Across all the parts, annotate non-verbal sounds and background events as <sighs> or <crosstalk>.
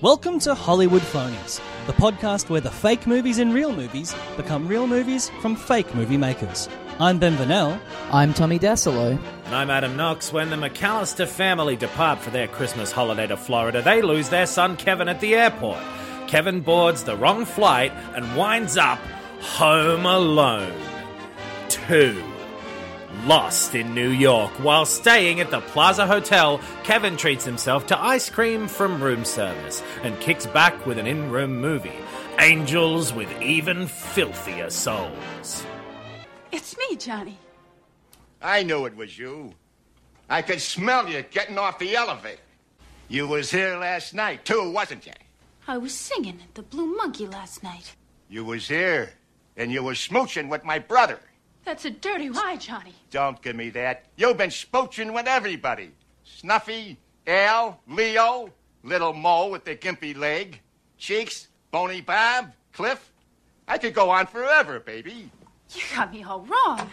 Welcome to Hollywood Phonies, the podcast where the fake movies in real movies become real movies from fake movie makers. I'm Ben Vanel. I'm Tommy Dasilo. And I'm Adam Knox. When the McAllister family depart for their Christmas holiday to Florida, they lose their son Kevin at the airport. Kevin boards the wrong flight and winds up home alone. Two. Lost in New York. While staying at the Plaza Hotel, Kevin treats himself to ice cream from room service and kicks back with an in room movie Angels with Even Filthier Souls. It's me, Johnny. I knew it was you. I could smell you getting off the elevator. You was here last night, too, wasn't you? I was singing at the Blue Monkey last night. You was here, and you was smooching with my brother. That's a dirty lie, Johnny. Don't give me that. You've been smooching with everybody. Snuffy, Al, Leo, Little Mo with the gimpy leg, Cheeks, Bony Bob, Cliff. I could go on forever, baby. You got me all wrong.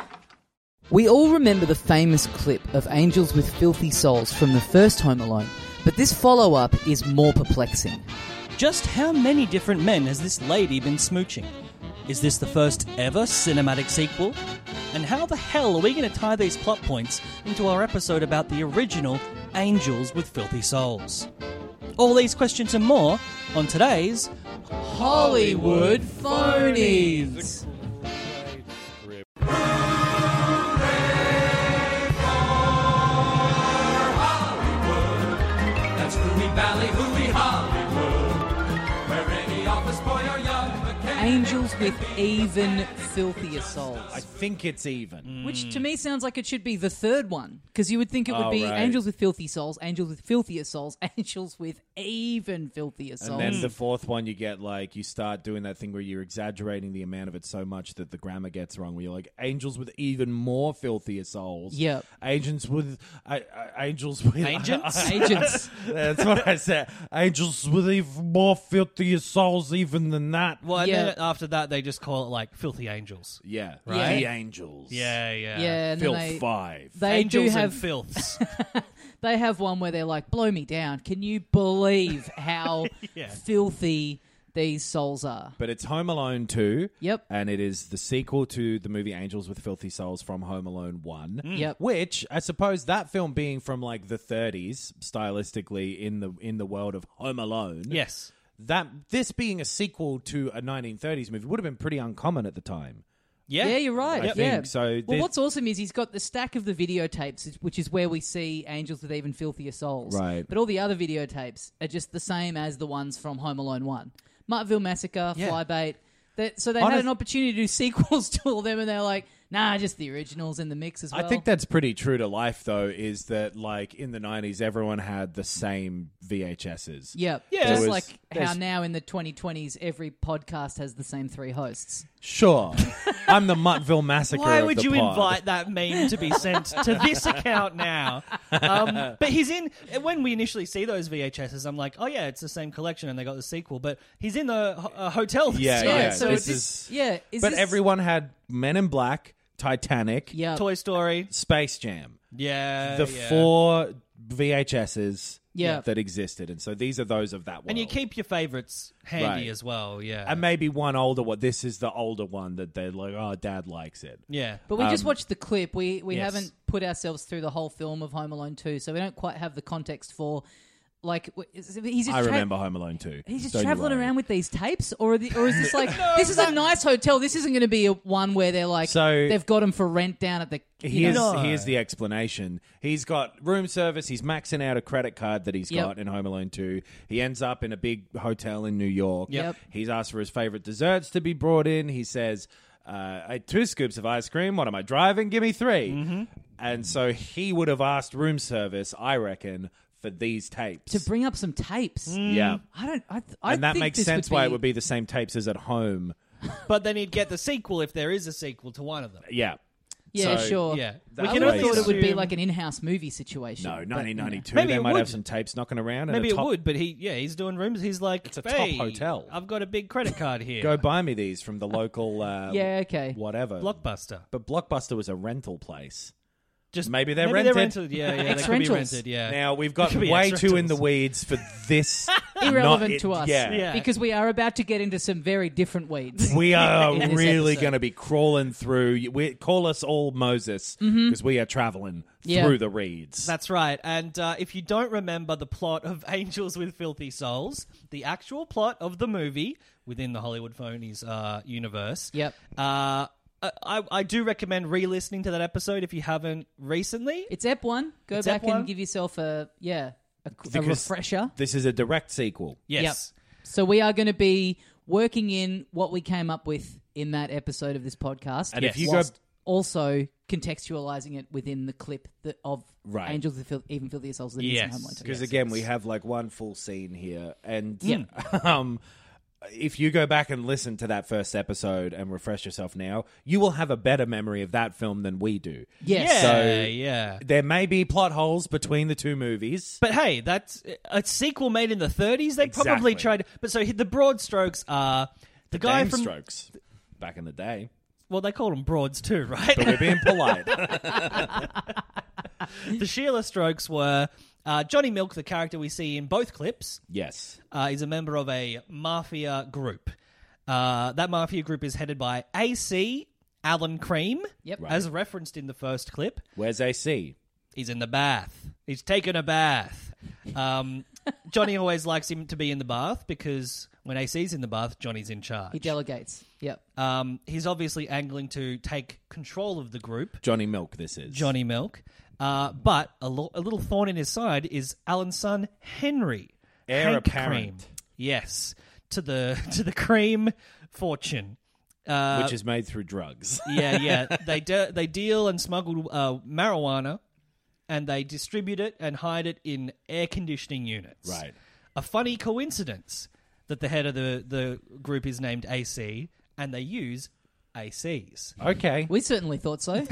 We all remember the famous clip of Angels with Filthy Souls from the first Home Alone, but this follow up is more perplexing. Just how many different men has this lady been smooching? Is this the first ever cinematic sequel? And how the hell are we going to tie these plot points into our episode about the original Angels with Filthy Souls? All these questions and more on today's Hollywood Phonies. That's Hooey Valley, Hooey Hollywood, where any office boy or young McCain. Angels with even filthier souls. I think it's even. Which to me sounds like it should be the third one, because you would think it would Oh, be right. angels with filthy souls, angels with filthier souls, <laughs> angels with even filthier And souls. then the fourth one, you get like you start doing that thing where you're exaggerating the amount of it so much that the grammar gets wrong. Where you're like angels with even more filthier souls. Yep. Agents with uh, uh, angels with <laughs> Agents? Agents. That's what I said. Angels with even more filthier souls even than that. Well, and Yeah. then after that, they just call it like filthy angels. Yeah. Right. The angels. Yeah, yeah. yeah, and then Filth they, five. they do Angels have and <laughs> filths. they have one where they're like, "Blow me down." Can you believe how filthy these souls are? But it's Home Alone 2. Yep. And it is the sequel to the movie Angels with Filthy Souls from Home Alone 1. Yep. Which I suppose that film being from like the 30s stylistically in the in the world of Home Alone. yes. That this being a sequel to a 1930s movie would have been pretty uncommon at the time. Yeah, you're right. I yeah. think so. Well, There's- what's awesome is he's got the stack of the videotapes, which is where we see angels with even filthier souls. Right. But all the other videotapes are just the same as the ones from Home Alone One, Martville Massacre, Yeah. Flybait. That, so they Honest- had an opportunity to do <laughs> sequels to all them, and they're like, "Nah, just the originals in the mix as well." I think that's pretty true to life though is that like in the 90s everyone had the same VHSs. Yep. Yeah. Just There was- like how there's- now in the 2020s, every podcast has the same three hosts. Sure. <laughs> I'm the Muttville massacre Why of would the you pod. invite that meme to be sent to <laughs> this account now? Um, but he's in. When we initially see those VHSs, I'm like, oh yeah, it's the same collection, and they got the sequel. But he's in the ho- uh, hotel. this Yeah, Yeah, night. yeah. so this it's- is, yeah, is but this- everyone had Men in Black, Titanic, Yeah. Toy Story. Space Jam, Yeah, the yeah. four VHSs Yeah. that existed, and so these are those of that world. And you keep your favorites handy Right. as well. Yeah, and maybe one older one. This is the older one that they're like, oh, Dad likes it. yeah. But we just Um, watched the clip. We we yes. haven't put ourselves through the whole film of Home Alone 2, so we don't quite have the context for like w- is- he's just I tra- remember Home Alone too. He's just traveling around with these tapes, or are the, or is this <laughs> like this is a nice hotel? This isn't going to be a one where they're like So- they've got them for rent down at the. you Here's, know. No. here's the explanation. He's got room service. He's maxing out a credit card that he's Yep. got in Home Alone 2. He ends up in a big hotel in New York. Yep. He's asked for his favorite desserts to be brought in. He says, uh, I had two scoops of ice cream. What am I driving? Give me 3 Mm-hmm. And so he would have asked room service, I reckon, for these tapes. to bring up some tapes. Yeah. I don't. I, th- I Mm. and that think makes this sense would why be... it would be the same tapes as at home. But then he'd get the sequel if there is a sequel to one of them. Yeah. Yeah, So- sure. Yeah. We I can would have always thought it would be assume- like an in-house movie situation. No, but, 1992. Maybe they it might have would. some tapes knocking around. and Maybe a it top- would, but he, yeah, he's doing rooms. He's like, It's a top "Hey, hotel. I've got a big credit card here. Go buy me these from <laughs> the local. Uh, Yeah, okay. Whatever. Blockbuster. but Blockbuster was a rental place. Just Maybe they're maybe rented. Yeah, <laughs> yeah, they could be Ex-rentals. rented. Yeah. Now we've It got <laughs> could be way ex-rentals. too in the weeds for <laughs> this. no. irrelevant not- to us. Yeah. Yeah. because we are about to get into some very <laughs> different weeds. <laughs> We are In this really episode. going to be crawling through. We call us all Moses because we are traveling Yeah. through the reeds. Mm-hmm. That's right. And uh, if you don't remember the plot of <laughs> Angels with Filthy Souls, the actual plot of the movie within the Hollywood Phonies uh, universe. Yep. Uh, I, I I do recommend re-listening to that episode if you haven't recently. It's Ep One. Go It's back Ep1. and give yourself a yeah a, a Because refresher. This is a direct sequel. Yes. So we are going to be working in what we came up with in that episode of this podcast, And if Yes. you go- whilst also contextualizing it within the clip that of Right. Angels with Fil- even filthier souls that Yes. Because again, we have like one full scene here, and <laughs> um, if you go back and listen to that first episode and refresh yourself now, you will have a better memory of that film than we do. Yes. Yeah. So- yeah. There may be plot holes between the two movies. But hey, that's a sequel made in the 30s. They Exactly. probably tried. But so the broad strokes are the, guy Dame from. Strokes back in the day. Well, they called them broads too, right? But we're being polite. <laughs> the Sheila Strokes were uh, Johnny Milk, the character we see in both clips, yes. uh, is a member of a mafia group. Uh, that mafia group is headed by AC Alan Cream, Yep. Right. as referenced in the first clip. Where's AC? He's in the bath. He's taking a bath. <laughs> Um, Johnny always likes him to be in the bath because when AC's in the bath, Johnny's in he charge. delegates. Yep. Um, he's obviously angling to take control of the group. Johnny Milk. This is Johnny Milk. Uh, but a, lo- a little thorn in his side is Alan's son Henry, Heir Hank apparent. Cream. Yes, to the <laughs> to the cream fortune. Uh, which is made through drugs. <laughs> yeah, yeah. They de- they deal and smuggle uh, marijuana, and they distribute it and hide it in air conditioning units. Right. A funny coincidence that the head of the the group is named AC, and they use ACs. Uh, Okay, We certainly <laughs> thought so.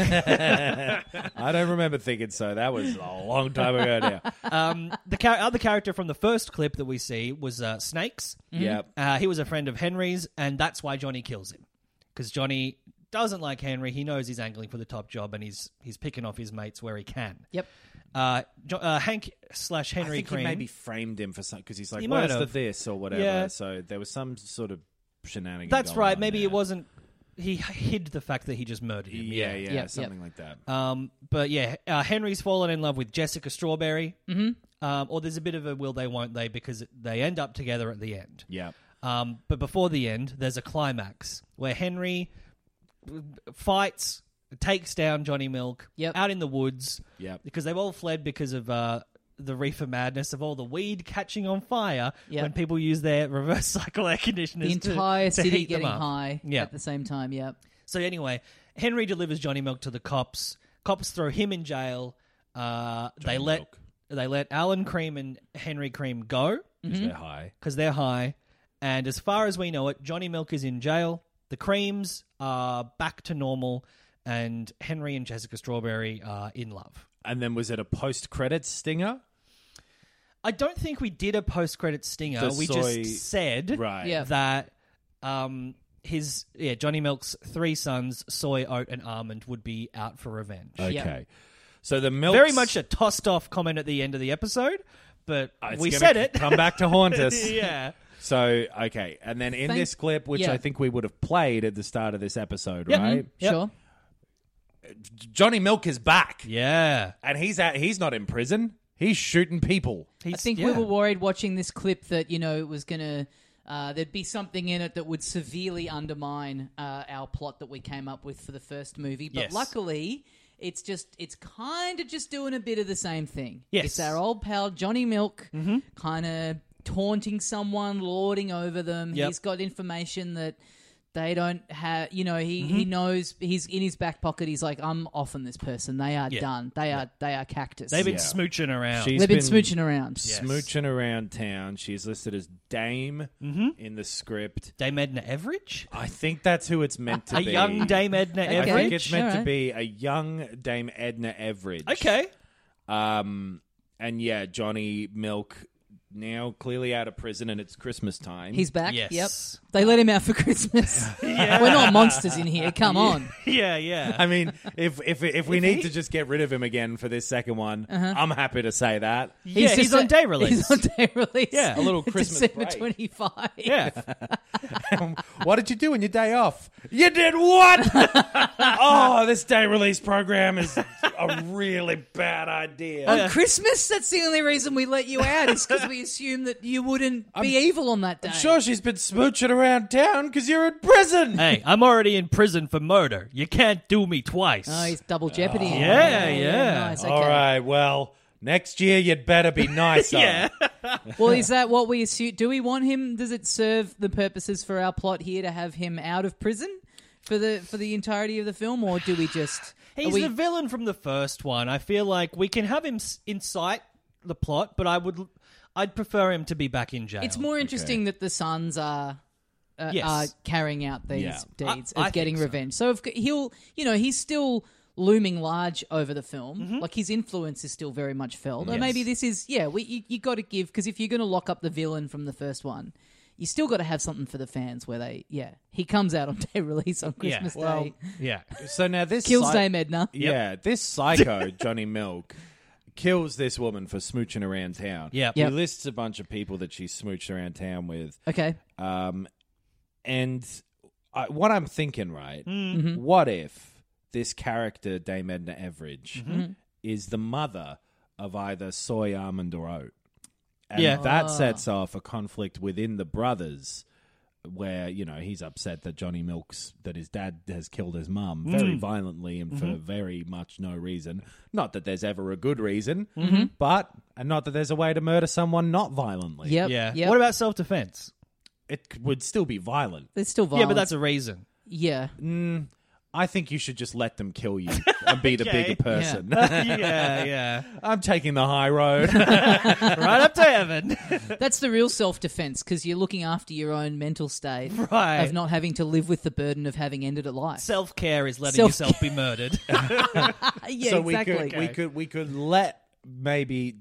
I don't remember thinking so. That was a long time ago <laughs> now. The char- other character from the first clip that we see was uh, Snakes. Yep. Uh, he was a friend of Henry's, and that's why Johnny kills him. Because Johnny doesn't like Henry. He knows he's angling for the top job, and he's he's picking off his mates where he can. Yep. Uh, jo- uh, Hank slash I Henry think Cream. he maybe framed him for something because he's like, He "Where's might the have. this or whatever?" Yeah. So there was some sort of shenanigans. that's going right. on Maybe there. it wasn't. He hid the fact that he just murdered him. Yeah, yeah, Yeah, yeah. something like that. Um, but yeah, uh, Henry's fallen in love with Jessica Strawberry. Mm-hmm. Um, or there's a bit of a will they, won't they, because they end up together at the end. yeah, Um, but before the end, there's a climax where Henry fights, takes down Johnny Milk Yep. out in the woods Yep. because they've all fled because of uh, the reefer madness of all the weed catching on fire Yep. when people use their <laughs> reverse cycle air the conditioners. to- entire to city heat them getting up. high Yeah. at the same time. Yep. So anyway, Henry delivers Johnny Milk to the cops. Cops throw him in jail. Uh, they let Milk. they let Alan Cream and Henry Cream go because they're high. because they're high. And as far as we know it, Johnny Milk is in jail. The creams are back to normal, and Henry and Jessica Strawberry are in love. And then was it a post-credits stinger? I don't think we did a post-credit stinger. The we soy- just said Right. Yeah. that um, his yeah Johnny Milk's three sons, Soy, Oat, and Almond, would be out for revenge. Okay. Yeah. So the milk Very much a tossed-off comment at the end of the episode, but Uh, Ah, It's we gonna said it. Come back to <laughs> haunt us. yeah. So okay, and then in Thank- this clip, which yeah. I think we would have played at the start of this episode, Yep. right? mm-hmm. Yep. Sure. Johnny Milk is back, Yeah. and he's at, he's not in prison. He's shooting people. I think we yeah. were worried watching this clip that you know it was gonna uh, there'd be something in it that would severely undermine uh, our plot that we came up with for the first movie. But Yes. luckily, it's just it's kind of just doing a bit of the same thing. Yes. Mm-hmm. it's our old pal Johnny Milk, kind of taunting someone, lording over them. Yep. He's got information that. They don't have, you know, he, Mm-hmm. he knows he's in his back pocket. He's like, I'm off on this person. They are Yeah. done. They are they are cactus. They've been smooching around. They've been, smooching around. Smooching around town. She's listed as Dame Mm-hmm. in the script. Dame Edna Everidge? I think that's who it's meant to A be. young Dame Edna I think Everidge? it's meant to Alright. be a young Dame Edna Everidge. Okay. Um, and yeah, Johnny Milk now clearly out of prison and it's Christmas time. He's back. Yes. Yep. They let him out for <laughs> Christmas. <laughs> Yeah. We're not monsters in here. Come on. Yeah, yeah. I mean, if if if we If need he- Uh-huh. to just get rid of him again for this second one, I'm happy to say that. yeah, he's, just on a- day release. He's on day release. Yeah. A little <laughs> Christmas December break. 25. yeah. <laughs> what did you do on your day off? You did what? <laughs> oh, this day release program is a really bad idea. On Christmas, that's the only reason we let you out is because we assumed that you wouldn't be evil on that day. Sure, she's been smooching around town because you're in prison. hey, I'm already in prison for murder. You can't do me twice. Oh, he's double jeopardy. yeah, yeah. Nice. All okay. right, well, next year you'd better be nicer. yeah. Well, is that what we assume? Do we want him? Does it serve the purposes for our plot here to have him out of prison for the for the entirety of the film, or do we just? are He's we, the villain from the first one. I feel like we can have him s- incite the plot, but I would, I'd prefer him to be back in jail. It's more interesting that the sons are uh, Yes. are carrying out these Yeah. deeds I- I of getting think so. revenge. So if he'll, you know, he's still looming large over the film. Mm-hmm. Like his influence is still very much felt. Or maybe this is yeah, we you, you got to give because if you're going to lock up the villain from the first one, you still got to have something for the fans where they yeah, he comes out on <laughs> day release on Yeah. Christmas Well, day. Yeah. So now this Kills psy- Dame Edna. Yeah, this psycho Johnny Milk kills this woman for smooching around town. Yep. he Yep. lists a bunch of people that she smooched around town with. Okay. Um, and I, what I'm thinking, right? What if this character Dame Edna Everidge is the mother of either soy almond or oat? And Yeah. that sets off a conflict within the brothers where you know he's upset that Johnny Milks that his dad has killed his mum very violently and for very much no reason. Not that there's ever a good reason, but and not that there's a way to murder someone not violently. Yep. Yeah. Yep. What about self defense? It c- would still be violent. There's still Yeah, violence. but that's a <laughs> reason. <laughs> yeah. I think you should just let them kill <laughs> you and be the Okay. bigger person. <laughs> yeah, yeah. I'm taking the high road. Right up to <laughs> heaven. That's the real self defense because you're looking after your own mental state Right. of not having to live with the burden of having ended a life. Self care is letting Self- yourself be murdered. <laughs> Uh, <laughs> yeah, so exactly. we could we could we could let maybe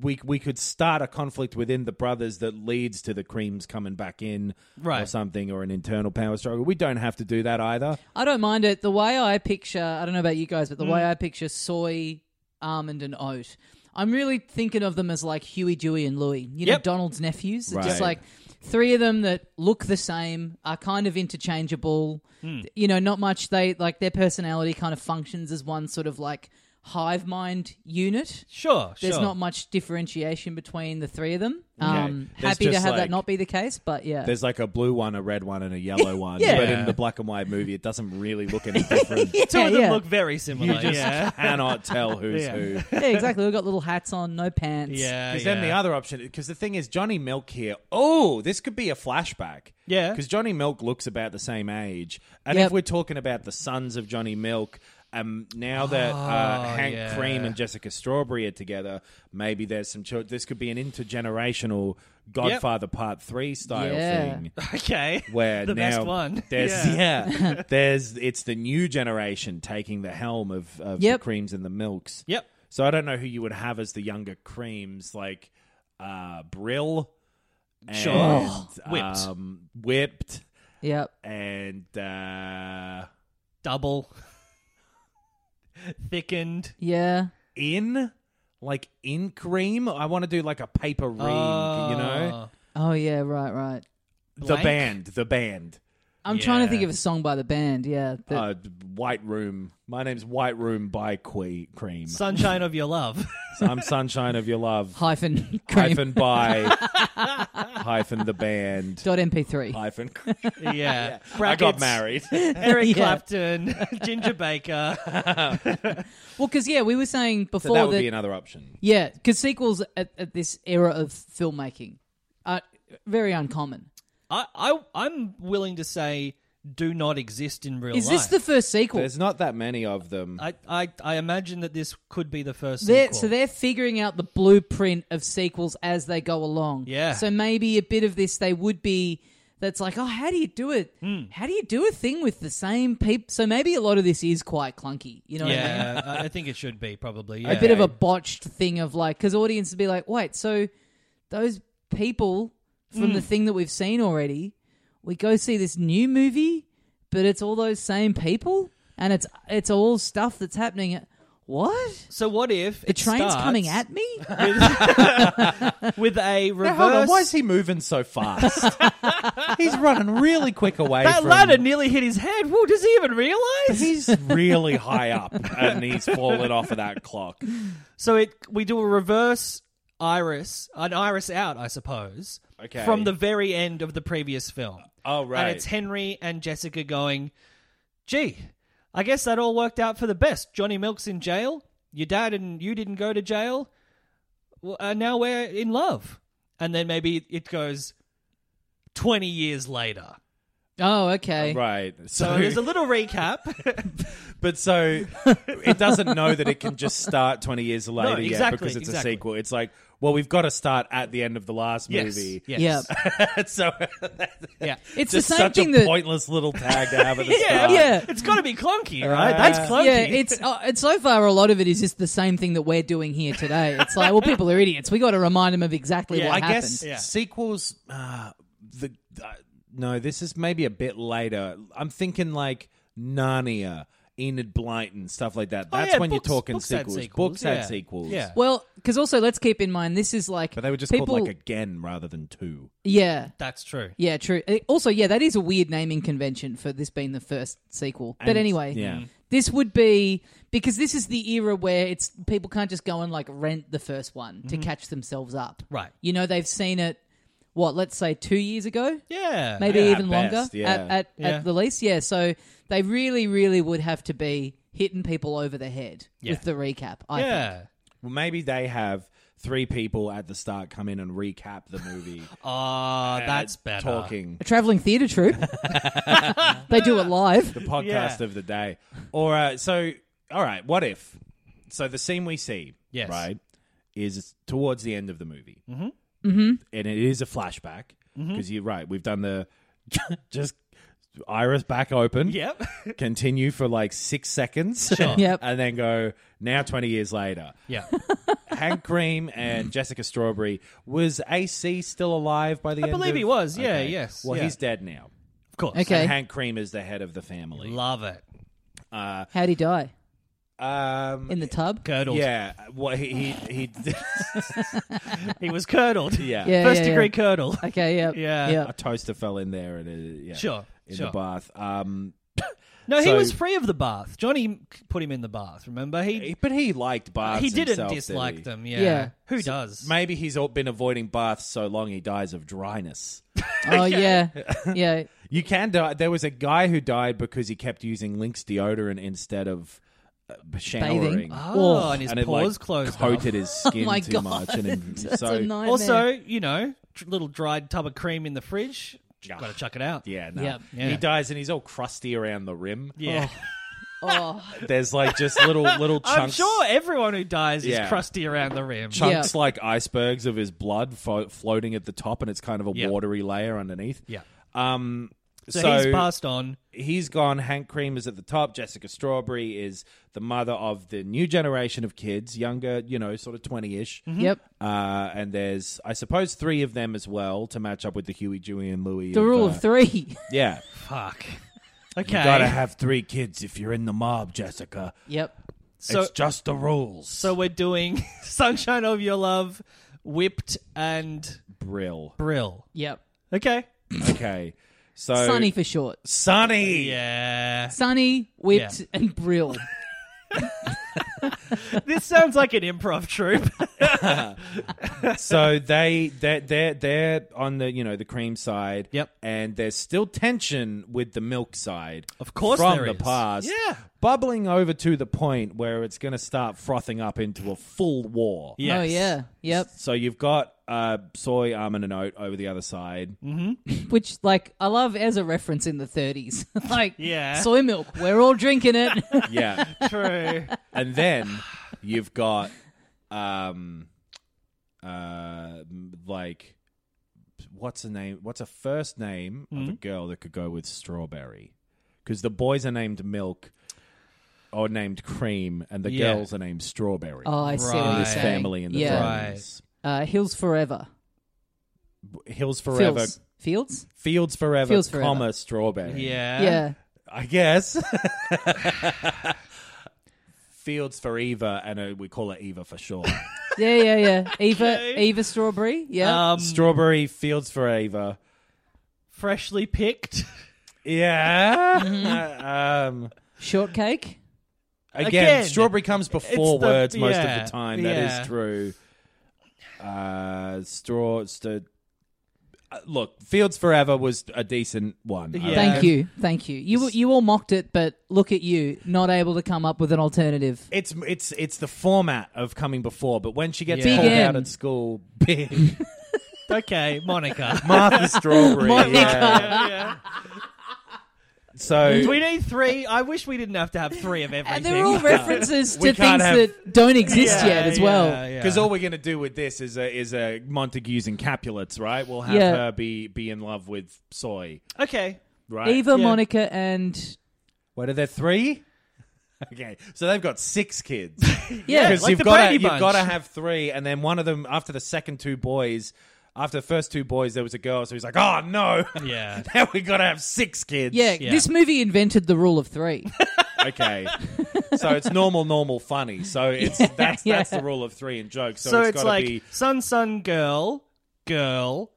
we we could start a conflict within the brothers that leads to the creams coming back in or Right. something or an internal power struggle. We don't have to do that either. I don't mind it. The way I picture, I don't know about you guys, but the Mm. way I picture soy, almond, and oat, I'm really thinking of them as like Huey, Dewey, and Louie. You know, Yep. Donald's nephews. It's Right. just like three of them that look the same, are kind of interchangeable. Hmm. You know, not much. They like their personality kind of functions as one sort of like hive mind unit. sure, There's sure. not much differentiation between the three of them. Yeah. Um, There's Happy to just have like- that not be the case, but yeah. There's like a blue one, a red one, and a <laughs> yellow one. Yeah. But in the black and white movie, it doesn't really look <laughs> any different. Two Yeah, of them yeah. look very You similar. just yeah. <laughs> cannot tell who's Yeah. who. yeah, exactly. We've got little hats on, no pants. Yeah. Because Uh, yeah. then the other option, because the thing is, Johnny Milk here. Oh, this could be a flashback. Yeah. because Johnny Milk looks about the same age, and Yep. if we're talking about the sons of Johnny Milk, um, now that uh, Hank Oh, yeah. Cream and Jessica Strawberry are together, maybe there's some. Cho- this could be an intergenerational Godfather Part Three style Yeah. <laughs> thing. Okay. Where the now best one. there's Yeah. <laughs> yeah. <laughs> there's it's the new generation taking the helm of, of Yep. the creams and the milks. Yep. So I don't know who you would have as the younger creams, like uh, Brill, and, Sure. Oh, Whipped. um, whipped, Yep. and uh, Double. <laughs> Thickened. Yeah. in like in cream. I want to do like a paper ring, Ah. you know, Oh yeah, right, right. the Uh, Blank? band, the band, I'm trying to Yeah. think of a song by the band. Yeah, that- uh, White Room. My name's White Room by Que Cream. Sunshine of your <laughs> love. I'm Sunshine of <laughs> Your Love. hyphen cream hyphen by hyphen the band dot mp3. hyphen yeah. I got Brackets, <laughs> married. Eric Yeah. Clapton, <laughs> Ginger Baker. Well, because yeah, we were saying So before that would that. be another option. yeah, because sequels at, at this era of filmmaking are very uncommon. I, I I'm willing to say do not exist in real Is life. this the first sequel? There's not that many of them. I, I I imagine that this could be the 1st They're, sequel. so they're figuring out the blueprint of sequels as they go along. Yeah. So maybe a bit of this they would be that's like, oh, how do you do it? How do you do a thing with the same people? So maybe a lot of this is quite clunky. You know what I mean? <laughs> yeah, I I think it should be probably. Yeah. a bit of a botched thing of like because audience would be like wait so those people from Hmm. the thing that we've seen already we go see this new movie but it's all those same people and it's it's all stuff that's happening at, what So what if the train's coming at <laughs> me with <laughs> a reverse? Now, hold on, why is he moving <laughs> so fast? he's running really quick away. that from... ladder nearly hit his head. Whoa, does he even realize? He's really high up, and he's falling off of that clock. So it we do a reverse iris, an iris out, I suppose. Okay. From the very end of the previous film. Oh, And right. it's Henry and Jessica going, "Gee, I guess that all worked out for the best. Johnny Milk's in jail. Your dad and you didn't go to jail. Well, uh, now we're in love." And then maybe it goes twenty years later. oh okay Right. So So, there's a little recap. <laughs> but so it doesn't know that it can just start 20 years later yet exactly, because it's exactly. a sequel. It's like, well, we've got to start at the end of the last yes. movie. Yes. yeah <laughs> so Yeah. just it's the same such thing a that pointless little tag to have at the <laughs> Yeah, start. Yeah. It's got to be clunky, right? That's clunky. yeah, it's uh, and so far a lot of it is just the same thing that we're doing here today. It's like, well, people are idiots. We got to remind them of exactly Yeah, what I happened. guess Yeah. sequels. Uh, the uh, no, this is maybe a bit later. I'm thinking like Narnia, Enid Blyton, stuff like that. <laughs> Oh, That's yeah, when books- you're talking books had sequels. sequels, Books yeah. had sequels. Yeah. Well, because also let's keep in mind this is like, But they were just people, called like again rather than two. yeah, That's true. Yeah, true. Uh, Also, yeah, that is a weird naming convention for this being the first sequel. but And- anyway, yeah. this would be because this is the era where it's people can't just go and like rent the first one to Mm-hmm. catch themselves up. Right. You know, they've seen it what, let's say 2 years ago? Yeah. Maybe at even best, longer yeah. at at, Yeah. at the least. Yeah, so they really really would have to be hitting people over the head Yeah. with the recap, I think. yeah. Well, maybe they have three people at the start come in and recap the movie. Ah, that's at better. Talking. A traveling <laughs> theater troupe. they do it live. the podcast Yeah. of the day. Or uh, so, all right. What if? So the scene we see, Yes. right, is towards the end of the movie, mm-hmm. Mm-hmm. and it is a flashback Mm-hmm. because you're right. We've done the <laughs> just iris back open. <laughs> Yep. Continue for like six seconds, <laughs> Yep. and then go now. Twenty years later, Yeah. Hank Cream <laughs> and Jessica Strawberry was AC still alive by the end? believe of- he was, yeah, yes, Well, yeah. he's dead now. Of course. Okay. And Hank Cream is the head of the family. Love it. How'd he die? Um, In the tub? Curdled. Yeah, well, he he, <laughs> he He was curdled. <laughs> yeah. Yeah, First yeah, degree yeah. curdle. Okay, yeah. Yeah. <laughs> A toaster fell in there and uh, yeah, Sure, in sure. the bath. Um, No, he So- was free of the bath. Johnny put him in the bath, remember? He but he liked baths. he didn't himself, did dislike he? them, yeah. Yeah. Who does? Maybe he's all been avoiding baths so long he dies of dryness. Oh yeah, yeah. You can die. There was a guy who died because he kept using Lynx deodorant instead of uh, showering. Oh, and his it, like, pores closed off. <laughs> coated Oh his skin my too God. much, and it- <laughs> That's so a nightmare. Also, you know, tr- little dried tub of cream in the fridge. Gotta chuck it out. yeah, no. Yeah. Yeah. he dies and he's all crusty around the rim. Yeah. <laughs> oh, There's like just little little <laughs> chunks. I'm sure everyone who dies Yeah. is crusty around the rim. chunks like icebergs of his blood fo- floating at the top, and it's kind of a Yeah. watery layer underneath. Yeah. Um. So, So, he's passed on. he's gone. Hank Cream is at the top. Jessica Strawberry is the mother of the new generation of kids, younger, you know, sort of twenty-ish. Mm-hmm. <laughs> yep. Uh, and there's, I suppose, three of them as well to match up with the Huey, Dewey, and Louie. The rule uh, of three. Yeah, Fuck. Okay. you gotta have three kids if you're in the mob, Jessica. yep. so it's just the rules. So we're doing <laughs> Sunshine of Your Love, Whipped, and Brill. Brill. Yep. Okay. Okay, so Sunny for short. Sunny. Yeah. Sunny, whipped, Yeah. and <laughs> Oh, brill. this sounds like an improv troupe. <laughs> so they they they're, they're on the you know the cream side. Yep. And there's still tension with the milk side. Of course from there the is. past. Yeah. bubbling over to the point where it's going to start frothing up into a full war. Yes. Oh yeah, yep. So you've got uh, soy, almond, and oat over the other side. Mm. Which like I love as a reference in the 30s. <laughs> like Yeah. soy milk, we're all drinking it. <laughs> Yeah. True. and then you've got um uh m- like what's a name what's a first name Hmm? of a girl that could go with strawberry because the boys are named milk or named cream and the Yeah. girls are named strawberry oh, I see what you're Right. this saying. family in the yeah. Right. 30s. Uh, Hills forever. hills forever Fields. Fields? fields forever Fields forever. comma strawberry Yeah. yeah. i guess <laughs> fields for eva and uh, we call it eva for short Yeah, <laughs> yeah, yeah. Eva Eva strawberry. Yeah. Um, Strawberry Fields Forever. freshly picked. Yeah. um, Shortcake. again, Again, strawberry comes before it's the- words most of yeah, the time. That yeah. is true. Uh, straw. St- uh, look, Fields Forever was a decent one. Uh, Yeah. I reckon. Thank you. Thank you. You you all mocked it, but look at you, not able to come up with an alternative. It's it's it's the format of coming before, but when she gets Yeah. called Big out N. at school, <laughs> big Okay, Monica. Martha Strawberry. <laughs> yeah. Yeah, yeah. So Do we need three? I wish we didn't have to have three of everything. And they're all references We to can't things have- that don't exist Yeah, yet as well. yeah, yeah. Because all we're going to do with this is a, is a Montagues and Capulets, right? We'll have Yeah. her be be in love with Soy, <laughs> Okay. right? Eva, Yeah. Monica, and What are there three? <laughs> Okay, so they've got six kids. <laughs> yeah, because like you've the got to Brady you've Bunch. got to have three, and then one of them after the second two boys, after the first two boys, there was a girl, so he's like, oh no, Yeah. <laughs> now we got to have six kids. yeah, Yeah. This movie invented the rule of three. <laughs> okay. so it's normal, normal, funny. So it's that's that's the rule of three in jokes. So, So, it's it's, got to like be sun, sun, girl, girl,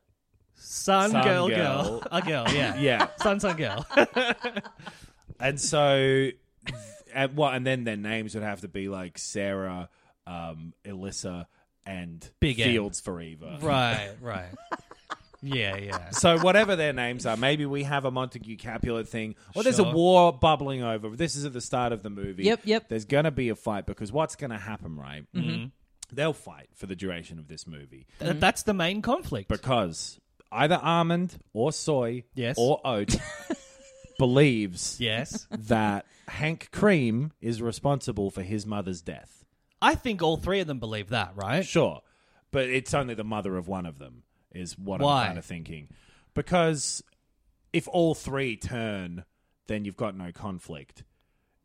sun, Sun, girl, girl. girl, a girl. <laughs> Yeah. yeah. Sun, sun, girl. And so, and what? And then their names would have to be like Sarah, um, Alyssa, and Big M. Fields for Eva. <laughs> right. Right. Yeah. <laughs> Yeah. So whatever their names are, maybe we have a Montague Capulet thing, or there's a Sure. war bubbling over. This is at the start of the movie. Yep, yep. There's gonna be a fight because what's gonna happen, right? Mm-hmm. They'll fight for the duration of this movie Th- that's the main conflict. because either almond or soy Yes. or <laughs> oat believes yes. that Hank Cream is responsible for his mother's death. I think all three of them believe that, Eh. right? Sure, but it's only the mother of one of them is what Why? I'm kind of thinking. Because if all three turn, then you've got no conflict.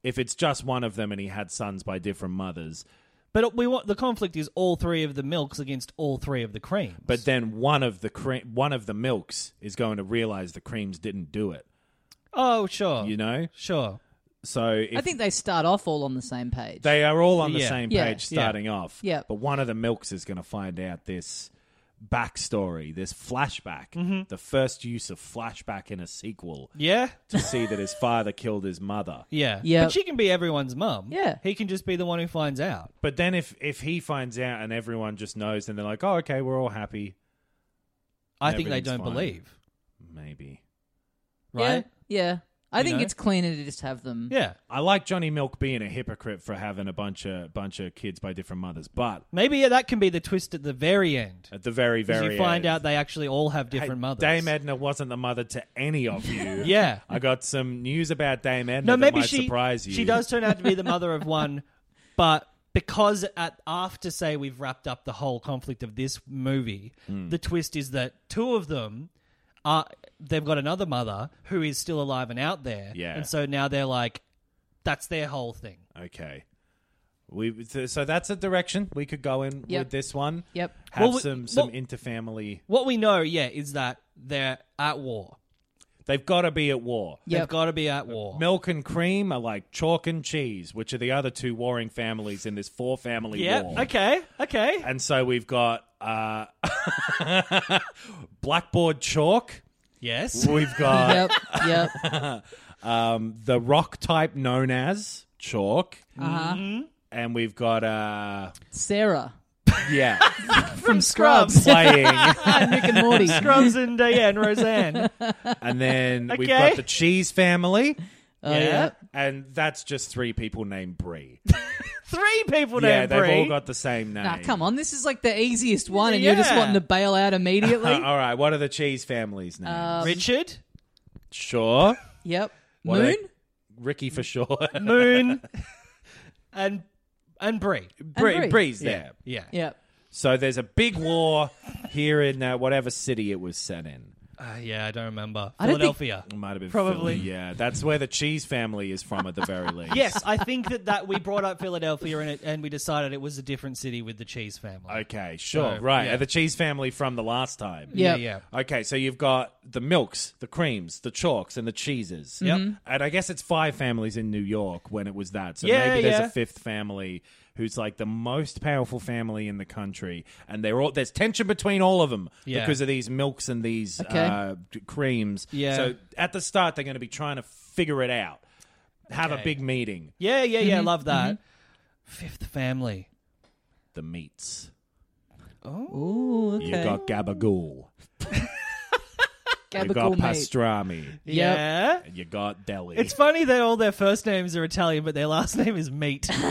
If it's just one of them and he had sons by different mothers, But we want the conflict is all three of the milks against all three of the creams. but then one of the cre- one of the milks is going to realize the creams didn't do it. oh, sure, You know, sure, so if I think they start off all on the same page. They are all on the Yeah. same page Yeah. Yeah. starting off. Yeah. But one of the milks is going to find out this backstory, this flashback, Mm-hmm. the first use of flashback in a sequel yeah, to see that his father killed his mother. yeah, Yeah. But she can be everyone's mum. Yeah. he can just be the one who finds out. But then if if he finds out and everyone just knows and they're like, "Oh, okay, we're all happy." I And think they everything's don't fine. believe, Maybe. right? Yeah, yeah. I You think know? it's cleaner to just have them. Yeah. I like Johnny Milk being a hypocrite for having a bunch of bunch of kids by different mothers, but maybe yeah, that can be the twist at the very end. at the very 'Cause very you find end, out they actually all have different hey, mothers. Dame Edna wasn't the mother to any of <laughs> you. Yeah. I got some news about Dame Edna No, that maybe might she surprise you. she does turn out to be the mother of <laughs> one, but because at after say we've wrapped up the whole conflict of this movie, Hmm. the twist is that two of them are they've got another mother who is still alive and out there, Yeah. and so now they're like, that's their whole thing. Okay. We so so that's a direction we could go in Yep. with this one. Yep. Have Well, we- some some well- interfamily. What we know, yeah, is that they're at war. They've got to be at war. They've Yep. got to be at war. Milk and cream are like chalk and cheese, which are the other two warring families in this four family yeah. war. Okay. Okay. And so we've got uh, <laughs> blackboard chalk. <laughs> Yes. We've got Yep. yep. um, the rock type known as chalk, Uh-huh. and we've got uh, Sarah yeah, <laughs> from Scrubs, playing. Nick and Morty. Scrubs and Diane Roseanne. And then we've Okay. got the cheese family. <laughs> Oh, yeah. And that's just three people named Brie. Three people yeah, named they've Brie. all got the same name. Nah, come on. This is like the easiest one, and you're just Yeah. wanting to bail <laughs> out immediately. Uh, all right, what are the cheese families' names? Um, Richard, sure. yep. What are Moon? they- Ricky for sure. <laughs> Moon, and and Brie. Bree, Brie. Bree's there. Yeah. Yep. So there's a big war here in uh, whatever city it was set in. Uh, yeah, I don't remember. I don't think- Philadelphia. <laughs> It might have been Probably. Philly, Yeah, that's where the cheese family is from at <laughs> the very least. yes, I think that, that we brought up Philadelphia and it, and we decided it was a different city with the cheese family. Okay, sure. So, right. yeah. Are the cheese family from the last time? Yeah. Yeah, yeah. Okay, so you've got the milks, the creams, the chalks, and the Mm-hmm. cheeses. Yep. And I guess it's five families in New York when it was that. So Yeah, maybe there's yeah. a fifth family who's like the most powerful family in the country, and they're all there's tension between all of them Yeah. because of these milks and these Okay. uh, d- creams. Yeah. So at the start, they're going to be trying to figure it out, have a Okay. big meeting. Yeah, yeah, Mm-hmm. yeah. Love that. Fifth family. The meats. Ooh, Oh, okay. You've got gabagool. You've got Gabagool mate. pastrami. Yeah. And you got deli. It's funny that all their first names are Italian, but their last <laughs> name is meat. but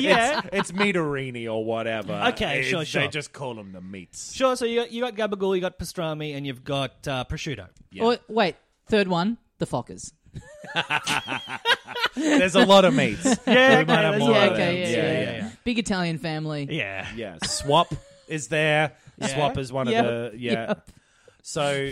yeah, it's meaterini or whatever. Okay, It's- sure, sure. They just call them the meats. sure. So you got, you got gabagool, you got pastrami, and you've got uh, prosciutto. Or, wait, third one, the Fockers. There's a lot of <laughs> meats. Yeah, we might have okay, more yeah, of okay, them. yeah, yeah, yeah, Big Italian family. Yeah. yeah. Yeah, Swap is there. Swap is one Yep, of the yeah. So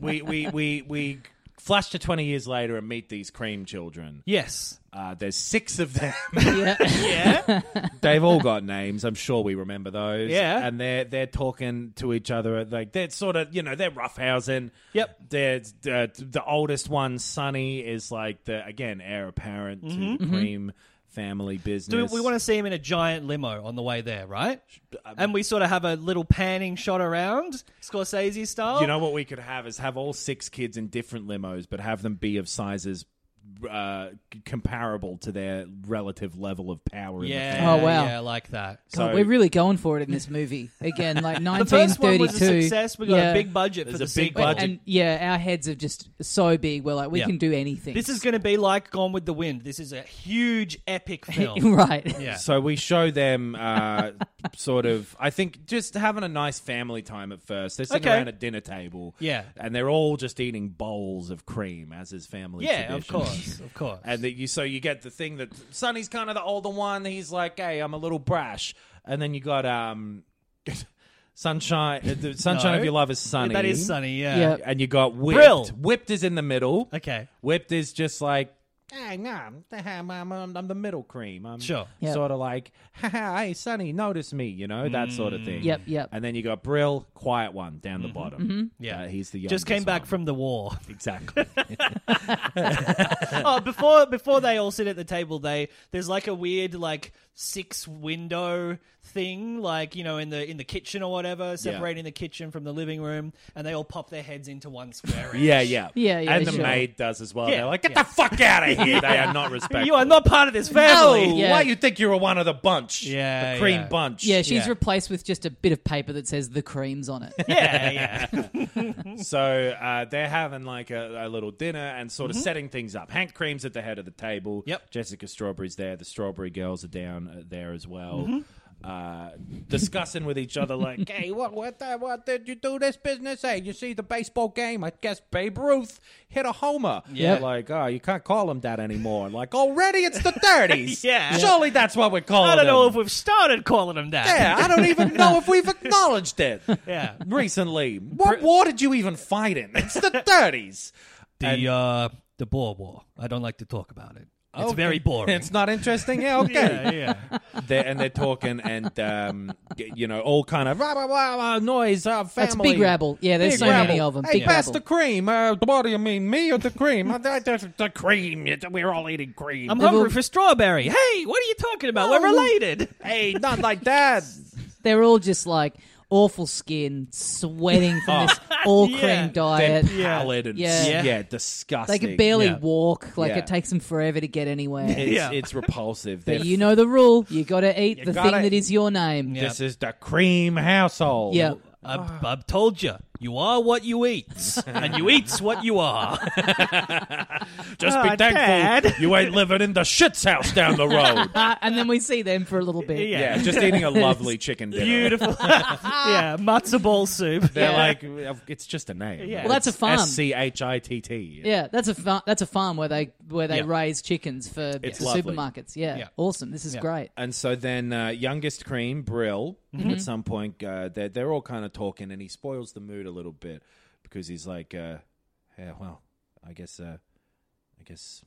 we we we we flash to 20 years later and meet these cream children. Yes. Uh, there's six of them. <laughs> Yeah. <laughs> Yeah. They've <laughs> all got names. I'm sure we remember those. Yeah. and they're they're talking to each other like they're sort of you know they're roughhousing. Yep. They're uh, the oldest one, Sonny, is like the again heir apparent to Cream family Mm-hmm. Do business. we, we want to see him in a giant limo on the way there, right? um, And we sort of have a little panning shot around, Scorsese style. You know what we could have is have all six kids in different limos, but have them be of sizes. Uh, c- comparable to their relative level of power. Yeah. in the family. Oh, wow. Yeah, I like that. God, So- we're really going for it in this movie. Again, <laughs> like The first one 1932. was a success. We got Yeah. a big budget for There's the a big sequel. budget. And yeah, our heads are just so big. We're like, we Yeah. can do anything. <laughs> This is going to be like Gone with the Wind. This is a huge <laughs> epic film. right. Yeah. So we show them uh, <laughs> sort of, I think, just having a nice family time at first. They're sitting Okay. around a dinner table. Yeah. And they're all just eating bowls of cream, as is family yeah, of tradition. course, of course. <laughs> And that you, so you get the thing that Sonny's kind of the older one. He's like, "Hey, I'm a little brash," and then you got um, <laughs> sunshine. uh, The sunshine No. of your love is Sunny. That is sunny, yeah. Yeah. And you got whipped. Brill. Whipped is in the middle. Okay. Whipped is just like, hey, no, I'm, the- I'm, I'm, I'm the middle cream. I'm Sure. Yep. sort of like, <laughs> haha, hey, Sonny, notice me, you know, that sort of thing. Yep, Mm-hmm. yep. And then you got Brill, quiet one down the bottom. Yeah. Uh, he's the Just came youngest back one. from the <laughs> war. <laughs> Exactly. oh, before before they all sit at the table, they there's like a weird like six window thing, like you know in the in the kitchen or whatever, separating the kitchen from the living room, and they all pop their heads into one <laughs> square. yeah, yeah. <laughs> Yeah, yeah, And the sure. maid does as well. Yeah, They're like, get yeah. the fuck out of <laughs> here. They are not respectful. You are not part of this No, family. Yeah. why you think you're a one of the bunch? Yeah, the cream yeah. bunch. Yeah, she's Yeah. replaced with just a bit of paper that says the creams on it. <laughs> Yeah, <laughs> yeah. So uh, they're having like a, a little dinner and sort of setting things up. Hank Cream's at the head of the table. Mm-hmm. Yep. Jessica Strawberry's there. The Strawberry Girls are down uh, there as well. Mm-hmm. Uh, discussing with each <laughs> other like, "Hey, what, what, the, what did you do this business? Hey, you see the baseball game? I guess Babe Ruth hit a homer. Yeah. like, oh, you can't call him that anymore. Like, already it's the <laughs> '30s. Yeah. surely that's what we're calling. I don't know him. if we've started calling them that. Yeah, I don't even know if we've acknowledged it Yeah. recently. What war did you even fight in? It's the <laughs> 30s. The uh the Boer War. I don't like to talk about it. It's Okay. very boring. It's not interesting. Yeah, okay. <laughs> yeah. They're, and they're talking, and um, y- you know, all kind of rah, rah, rah, rah, noise. Uh, family. That's big rabble. Yeah, there's Big so rabble. many of them. Hey, big pass rabble. the cream. Uh, what do you mean, me or the cream? Uh, the, the, the cream. It- We're all eating cream. I'm hungry for strawberry. Hey, what are you talking about? We're <laughs> related. hey, not like that. They're all just like awful skin, sweating <laughs> from this all cream Oh. Yeah. <laughs> diet. yeah. pallid and Yeah. yeah, Yeah. disgusting. They can barely Yeah. walk. Like Yeah. it takes them forever to get anywhere. It's, Yeah. it's repulsive. but They're you know the rule. You got to eat the gotta- thing that is your name. Yeah. This is the cream household. Yeah. <sighs> I've, I've told you. You are what you <laughs> eat, and you eats what you are. Just be Oh, thankful Dad. you ain't living in the shits house down the road. Uh, and then we see them for a little bit. <laughs> Yeah. Yeah, just eating a lovely chicken dinner. <laughs> Beautiful. yeah, matzo ball soup. They're Yeah. like, it's just a name. Yeah. Well, that's a farm. S C H I T T. Yeah, that's a fa- that's a farm where they where they Yeah. raise chickens for, It's for lovely. supermarkets. Yeah. Yeah. awesome. This is Yeah. great. And so then uh, youngest Cream, Brill, Mm-hmm. at some point, uh, they're, they're all kind of talking and he spoils the mood a little bit because he's like, uh, yeah, well, I guess, uh, I guess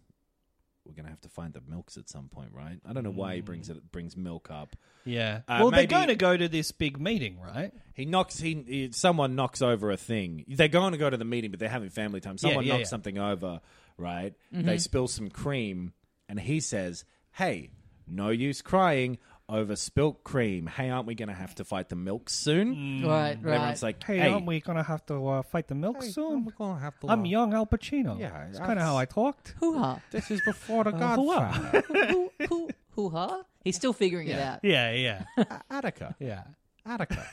we're going to have to find the milks at some point, right? I don't know why he brings Mm. it, brings milk up. Yeah. Uh, well, maybe- they're going to go to this big meeting, right? He knocks. He, he- someone knocks over a thing. They're going to go to the meeting, but they're having family time. Yeah, Someone yeah, Mm-hmm. knocks yeah. something over, right? They spill some cream, and he says, "Hey, no use crying over spilt cream. Hey, aren't we going to have to fight the milk soon?" Right, And right. Mm. everyone's like, Mm. Hey, "Hey, aren't we going to have to uh, fight the milk soon? going to have to." uh, I'm young Al Pacino. Yeah, it's kind of how I talked. <laughs> Uh, Hoo-ha. This is before the Godfather. <laughs> Hoo- hoo- Hoo-ha. He's still figuring it out. Yeah, yeah, Attica. yeah. Attica.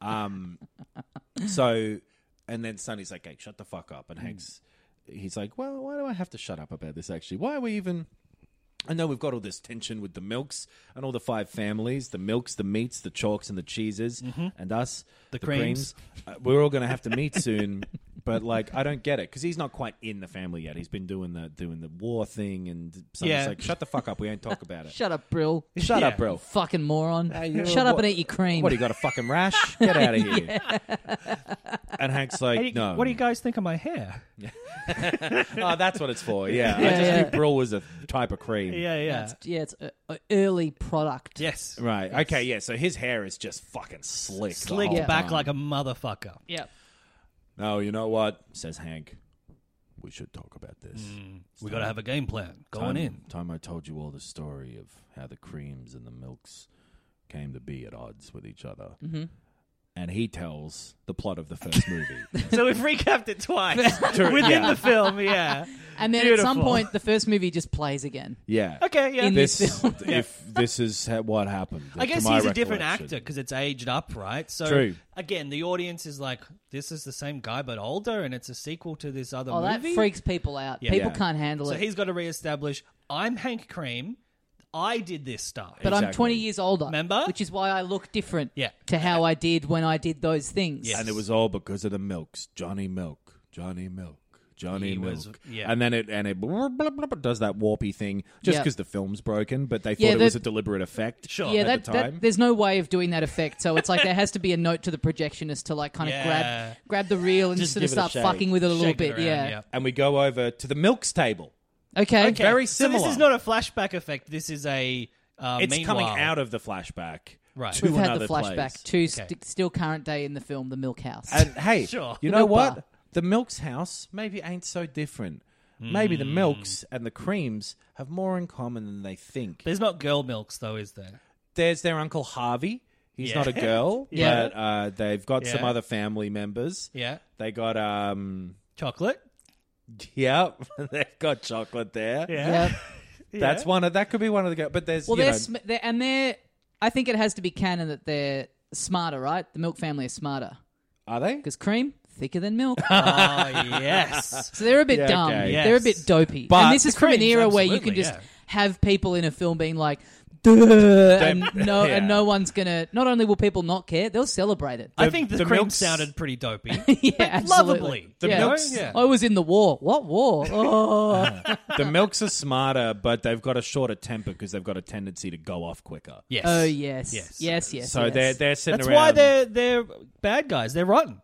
um, <laughs> so, and then Sonny's like, hey, shut the fuck up. Hmm. And Hank's, he's like, well, why do I have to shut up about this, actually? Why are we even. I know we've got all this tension with the milks and all the five families the milks, the meats, the chalks, and the cheeses, and us, Mm-hmm. The creams. Uh, we're all going to have to meet soon. <laughs> But like, I don't get it because he's not quite in the family yet. He's been doing the doing the war thing, and Sonny's Yeah. like, "Shut the fuck up, we ain't talk about it." <laughs> Shut up, Brill. Shut Yeah. up, bro. Fucking moron. Hey, you- Shut up what- and eat your cream. What, do you got a fucking <laughs> rash? Get out of here. And Hank's like, Hey, no. What do you guys think of my hair? Oh, that's what it's for. <laughs> Yeah. I Yeah, just yeah. knew Brill was a type of cream. Yeah, yeah. yeah, it's a, a early product. Yes. Right. Okay. Yeah. So his hair is just fucking slick. the Slicked whole back time. like a motherfucker. Yep. No, you know what? Says Hank. We should talk about this. We got to have a game plan going time, Mm, in. Time I told you all the story of how the creams and the milks came to be at odds with each other. Mm-hmm. And he tells the plot of the <laughs> first movie. So we've recapped it twice <laughs> within yeah. the film. Yeah. And then at some Beautiful. point, the first movie just plays again. yeah. Okay. Yeah. In this this film. if this is ha- what happened. I guess to my he's a different actor recollection. because it's aged up, right? So True. again, the audience is like, "This is the same guy but older," and it's a sequel to this other Oh, that movie. freaks people out. Yeah. people Yeah. can't handle so it. he's got to reestablish. I'm Hank Cream. I did this stuff. but I'm Exactly. 20 years older. Remember? Which is why I look different Yeah. to how I did when I did those things. Yes. and it was all because of the milks, Johnny Milk, Johnny Milk. Johnny He Milk, was- yeah. and then it and it blah, blah, blah, blah, does that warpy thing just Yeah. because the film's broken, but they thought Yeah, it was that- a deliberate effect. Sure, yeah, at that, the that time. there's no way of doing that effect. So it's like there has to be a note to the projectionist to like kind of Yeah. grab grab the reel and Just sort give of it a start shake. fucking with it a little Shake it bit. around, yeah. yeah. and we go over to the milks table. Okay. Okay. Very So similar. this is not a flashback effect. This is a. Uh, It's coming meanwhile. out of the flashback, Right. To We've had another the place. flashback to st- still current day in the film, The Milk House. And <laughs> hey, Sure. you The know milk what? bar. The milk's house maybe ain't so different. Maybe Hmm. the milks and the creams have more in common than they think. There's not girl milks though, is there? there's their uncle Harvey. <laughs> He's Yeah. not a girl, Yeah. but uh, they've got some Yeah. other family members. Yeah. They got um, <laughs> Chocolate. yep, <laughs> they've got chocolate there. Yeah. Yep. <laughs> That's one of that could be one of the girls. But there's Well, you they're, know, sm- they're and they're. I think it has to be canon that they're smarter, right? The Milk family is smarter are <laughs> they? because cream thicker than milk, <laughs> Oh yes. so they're a bit Yeah, dumb. okay. They're a Yes. bit dopey. But and this is the from an creams, era where you can absolutely, just yeah. have people in a film being like. "Duh," and <laughs> no, yeah. and no one's gonna. Not only will people not care, they'll celebrate it. I think the, the cream milks- sounded pretty <laughs> dopey. yeah, absolutely. Lovably. The yeah. Oh, milks- Yeah. I was in the war. What war? Oh, the milks are smarter, but they've got a shorter temper because they've got a tendency to go off quicker. Yes. oh yes, yes, Yes. yes, yes. So they're they're sitting That's around. why they're they're bad guys. They're rotten.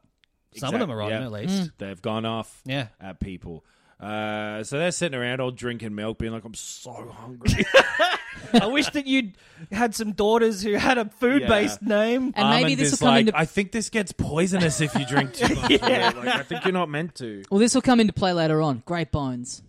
Some Exact- of them are rotten, yeah. at Mm. <laughs> least. They've gone off Yeah. at people. Uh, so they're sitting around all drinking milk, being like, "I'm so hungry." I wish that you'd had some daughters who had a food-based name. and maybe Armand this will is come like, into I think this gets poisonous if you drink too much. yeah. like, I think you're not meant to. well, this will come into play later on. Great bones.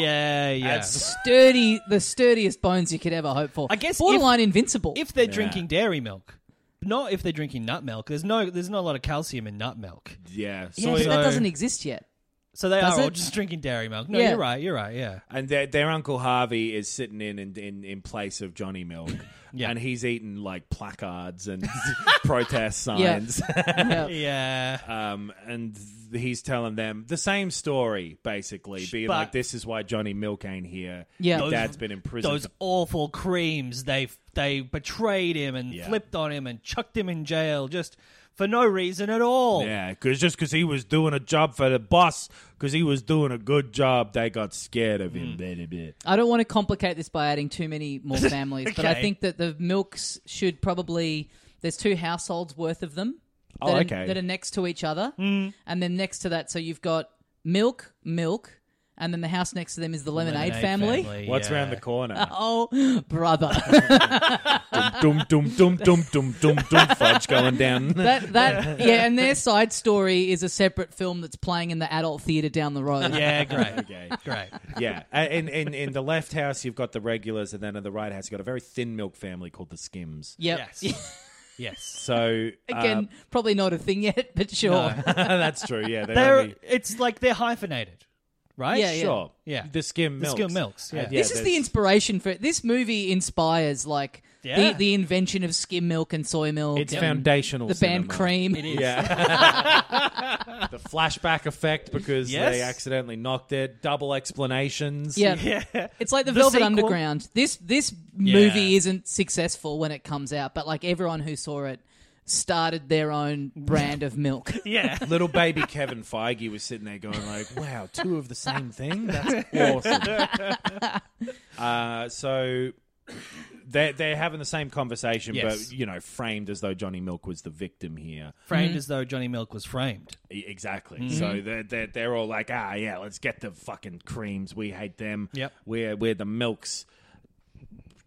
<laughs> yeah, yeah. that's- sturdy, the sturdiest bones you could ever hope for. I guess borderline invincible. if they're drinking dairy milk, not if they're drinking nut milk. There's no there's not a lot of calcium in nut milk. yeah. uh, yeah, soy- but that doesn't exist yet. So they Does are it? all just drinking dairy milk. No, Yeah. you're right. You're right. Yeah. And their, their uncle Harvey is sitting in in, in, in place of Johnny Milk, Yeah. and he's eating like placards <laughs> and <laughs> protest signs, Yeah. Yeah. um, and he's telling them the same story basically, being like, but- "This is why Johnny Milk ain't here. Yeah. Your Those- dad's been in prison. Those for-" awful creams. They they betrayed him and Yeah. flipped on him and chucked him in jail just for no reason at all. yeah, cause just because he was doing a job for the boss, because he was doing a good job, they got scared of him. Mm. Blah, blah, blah. I don't want to complicate this by adding too many more families, but I Okay. think that the milks should probably there's two households worth of them that, Oh, are, okay. that are next to each other, mm. and then next to that, so you've got milk, milk, and then the house next to them is the lemonade, family. What's yeah. around the corner? Oh, brother, dum dum dum dum dum dum dum fudge going down. <laughs> <laughs> that that yeah, and their side story is a separate film that's playing in the adult theater down the road. Yeah, <laughs> great. Okay. Great. yeah. Uh, In, in, in the left house, you've got the regulars, and then in the right house, you've got a very thin milk family called the Skims. Yep. <laughs> Yes. yes. So, uh, Again, probably not a thing yet, but sure. <laughs> that's true. Yeah. They're They're only, it's like they're hyphenated, right? Yeah, yeah. sure. Yeah. <laughs> The Skim The milks. Skim Milks, yeah. this is the there's- inspiration for it. This movie inspires like Yeah. the, the invention of skim milk and soy milk. It's and foundational. The band cinema. Cream. Yeah. the flashback effect because Yes. they accidentally knocked it. Double explanations. <laughs> Yeah. It's like the, Velvet sequel. Underground. This this movie isn't successful when it comes out, but like everyone who saw it started their own brand of milk. <laughs> <laughs> Yeah. Little baby Kevin Feige was sitting there going like, "Wow, two of the same thing. That's awesome." uh, so they're they're having the same conversation, Yes. but you know, framed as though Johnny Milk was the victim here. framed Mm-hmm. as though Johnny Milk was framed. E- Exactly. Mm-hmm. So they're, they're they're all like, "Ah, yeah, let's get the fucking creams. We hate them. Yep. We're we're the milks.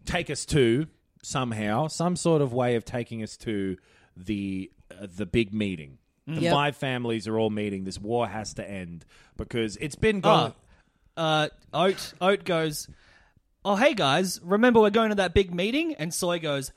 Take us to somehow some sort of way of taking us to the uh, the big meeting." Mm-hmm. The Yep. five families are all meeting. This war has to end because it's been gone. Uh, Oat Oat goes, "Oh hey guys, remember we're going to that big meeting?" And Soy goes,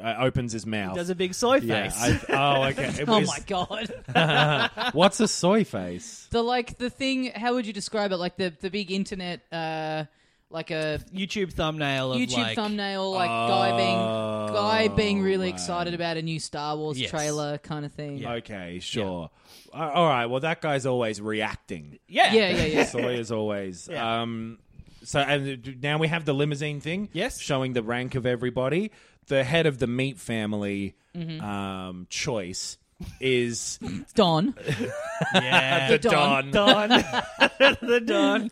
Uh, opens his mouth. "Does a big soy face." yeah. I- oh, <laughs> okay. It oh was- my god. What's a soy face? the like the thing how would you describe it? Like the, the big internet uh like a YouTube thumbnail of YouTube like, thumbnail, like guy being guy being really excited about a new Star Wars Yes. trailer kind of thing. Yeah, Okay, sure. Uh, all right. Well, that guy's always reacting. Yeah. yeah, <laughs> yeah. Soy as always. Yeah. Um, so and now we have the limousine thing. Yes. showing the rank of everybody. The head of the meat family, um, choice is <laughs> Don. Yeah. <laughs> the Don. Don. Don. <laughs> the Don.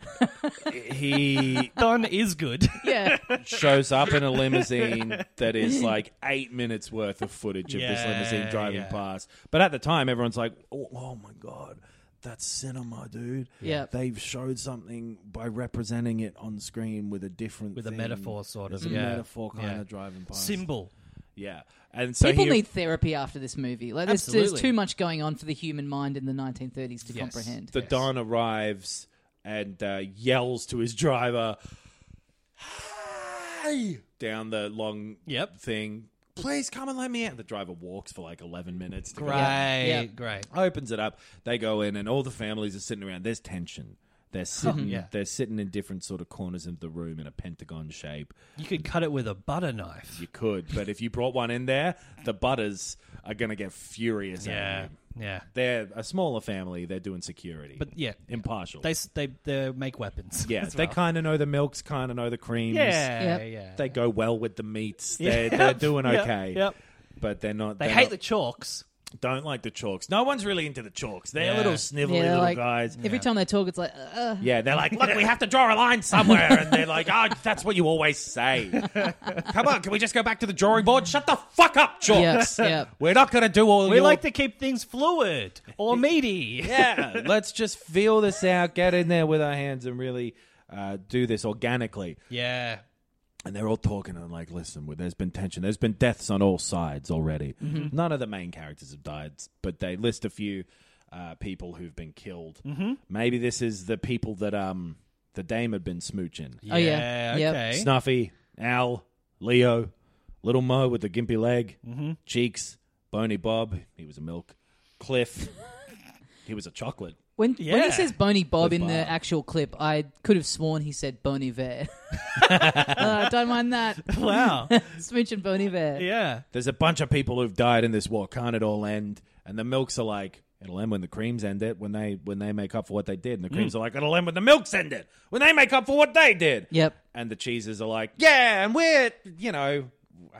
He Don is <laughs> good. Yeah. shows up in <laughs> a limousine that is like eight minutes worth of footage of this Yeah, limousine driving yeah. past. But at the time, everyone's like, "Oh, oh my god." That's cinema, dude. Yeah. they've showed something by representing it on screen with a different, With a thing. metaphor, sort of, It's a yeah. metaphor kind Yeah. of driving past. Symbol. Yeah, and so People he, need therapy after this movie. Like, there's, there's Absolutely. too much going on for the human mind in the 1930s to Yes. comprehend. the Don arrives and uh, yells to his driver, "Hey!" down the long Yep. thing. Please come and let me out. The driver walks for like eleven minutes. To go- Great. Yeah. Great. opens it up. They go in, and all the families are sitting around. There's tension. <laughs> They're sitting. Yeah. They're sitting in different sort of corners of the room in a pentagon shape. You could cut it with a butter knife. You could, but if you brought one in there, the butters are gonna get furious. At Yeah. you. Yeah. They're a smaller family. They're doing security, But yeah. impartial. They s- they they make weapons. yeah, as they well. kind of know the milks, kind of know the creams. Yeah. Yep. Yeah. they go well with the meats. They're, Yep. they're doing Yep. okay. Yep. But they're not. They they're hate not- the chalks. Don't like the chalks. No one's really into the chalks. They're Yeah. little snivelly yeah, little like, guys. every time they talk, it's like, uh, Yeah, they're like, look, we have to draw a line somewhere, and they're like, oh, that's what you always <laughs> say. Come on, can we just go back to the drawing board? Shut the fuck up, chalks. Yeah, yeah. <laughs> We're not gonna do all. We your- like <laughs> to keep things fluid or meaty. yeah, let's just feel this out, get in there with our hands, and really uh, do this organically. <laughs> Yeah. And they're all talking and like, listen, well, there's been tension. There's been deaths on all sides already. None of the main characters have died, but they list a few uh, people who've been killed. Maybe this is the people that um the dame had been smooching. oh Yeah, yeah, Yep. okay. Snuffy, Al, Leo, Little Mo with the gimpy leg, Cheeks, Bony Bob. <laughs> He was a milk. Cliff. he was a chocolate. When when Yeah. he says Boney Bob Good in the Bob. actual clip, I could have sworn he said <laughs> Boney Vare. <laughs> uh, don't mind that. Wow. Smooch and Boney Vare. yeah. There's a bunch of people who've died in this war. Can't it all end? And the milks are like, it'll end when the creams end it. When they when they make up for what they did, and the creams are like, it'll end when the milks end it. When they make up for what they did. Yep. And the cheeses are like, yeah, and we're you know,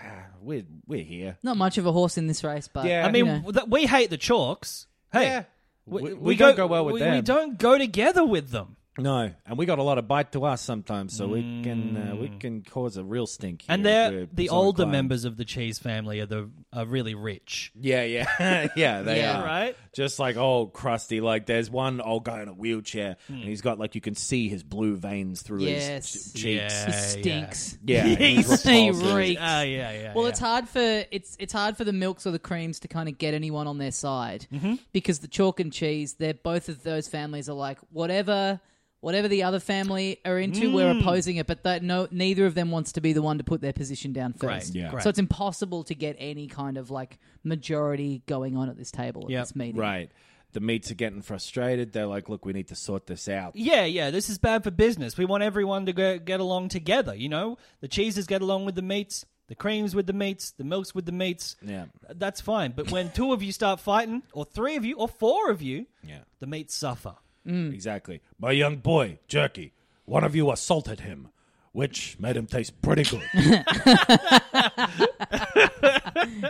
ah, we're we're here. Not much of a horse in this race, <laughs> but Yeah. I mean, you know. th- we hate the chalks. Hey, Yeah. We- we don't go well with we, We them. don't go together with them. No, and we got a lot of bite to us sometimes, so we can uh, we can cause a real stink. Here Hmm. And if they're we're the someone older climbing. members of the cheese family are the are really rich. Yeah, yeah, <laughs> yeah. They Yeah. are Right? Just like old crusty. Like there's one old guy in a wheelchair, and he's got like you can see his blue veins through his Hmm. Yes. ch- cheeks. Yeah, he <laughs> stinks. Yeah, and he's <laughs> He repulsive. reeks. Ah, yeah, yeah. Well, yeah. it's hard for it's it's hard for the milks or the creams to kind of get anyone on their side Mm-hmm. because the chalk and cheese, they're both of those families are like whatever whatever the other family are into, we're Mm. opposing it, but that no neither of them wants to be the one to put their position down first. Yeah. So it's impossible to get any kind of like majority going on at this table at Yep. this meeting. Right. The meats are getting frustrated. They're like, "Look, we need to sort this out." Yeah, yeah, this is bad for business. We want everyone to go, get along together, you know? The cheeses get along with the meats, the creams with the meats, the milks with the meats. Yeah. That's fine. But when two of you start fighting, or three of you, or four of you, Yeah, the meats suffer. Hmm. exactly. My young boy, Jerky. One of you assaulted him, which made him taste pretty <laughs> good.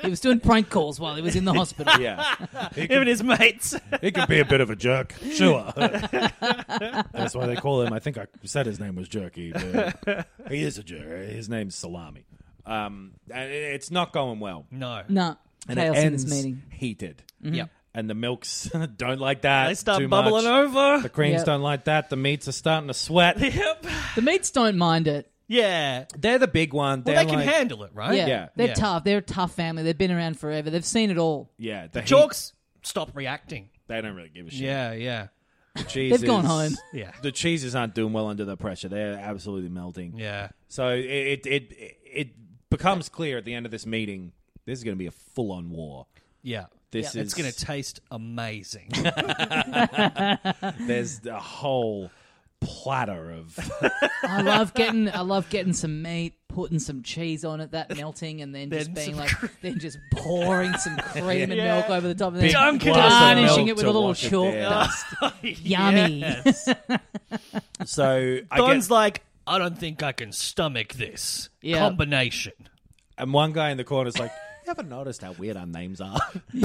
He was doing prank calls while he was in the <laughs> hospital. yeah, <laughs> he Even can, his mates. he can be a bit of a jerk, sure. <laughs> That's why they call him. I think I said his name was Jerky. But he is a jerk. His name's Salami. Um, and it- it's not going well. no. Mm-hmm. No. And chaos it in ends this meeting. Mm-hmm. heated. Yep. And the milks <laughs> don't like that. They start too bubbling much. over. The creams Yep. don't like that. The meats are starting to <laughs> sweat. Yep. The meats don't mind it. Yeah. They're the big one. Well, They're they can like- handle it, right? Yeah. Yeah. They're Yeah. tough. They're a tough family. They've been around forever. They've seen it all. Yeah, the heat- Chalks, stop reacting. They don't really give a shit. Yeah, yeah. The cheeses, gone home. Yeah. The cheeses aren't doing well under the pressure. They're absolutely melting. Yeah. So it it it, it becomes clear at the end of this meeting. This is going to be a full on war. Yeah. This is It's going to taste amazing. <laughs> there's a whole <laughs> platter of I love getting I love getting some meat, putting some cheese on it, that melting, and then, Then just being some like then just pouring <laughs> some cream and milk over the top, and big then Dunk it in. glass of garnishing milk it with to a little wash it chalk down. dust. <laughs> Yummy. Yes. So I Don's guess, like, I don't think I can stomach this Yeah. combination. and one guy in the corner's like, "You ever noticed how weird our names are?" <laughs>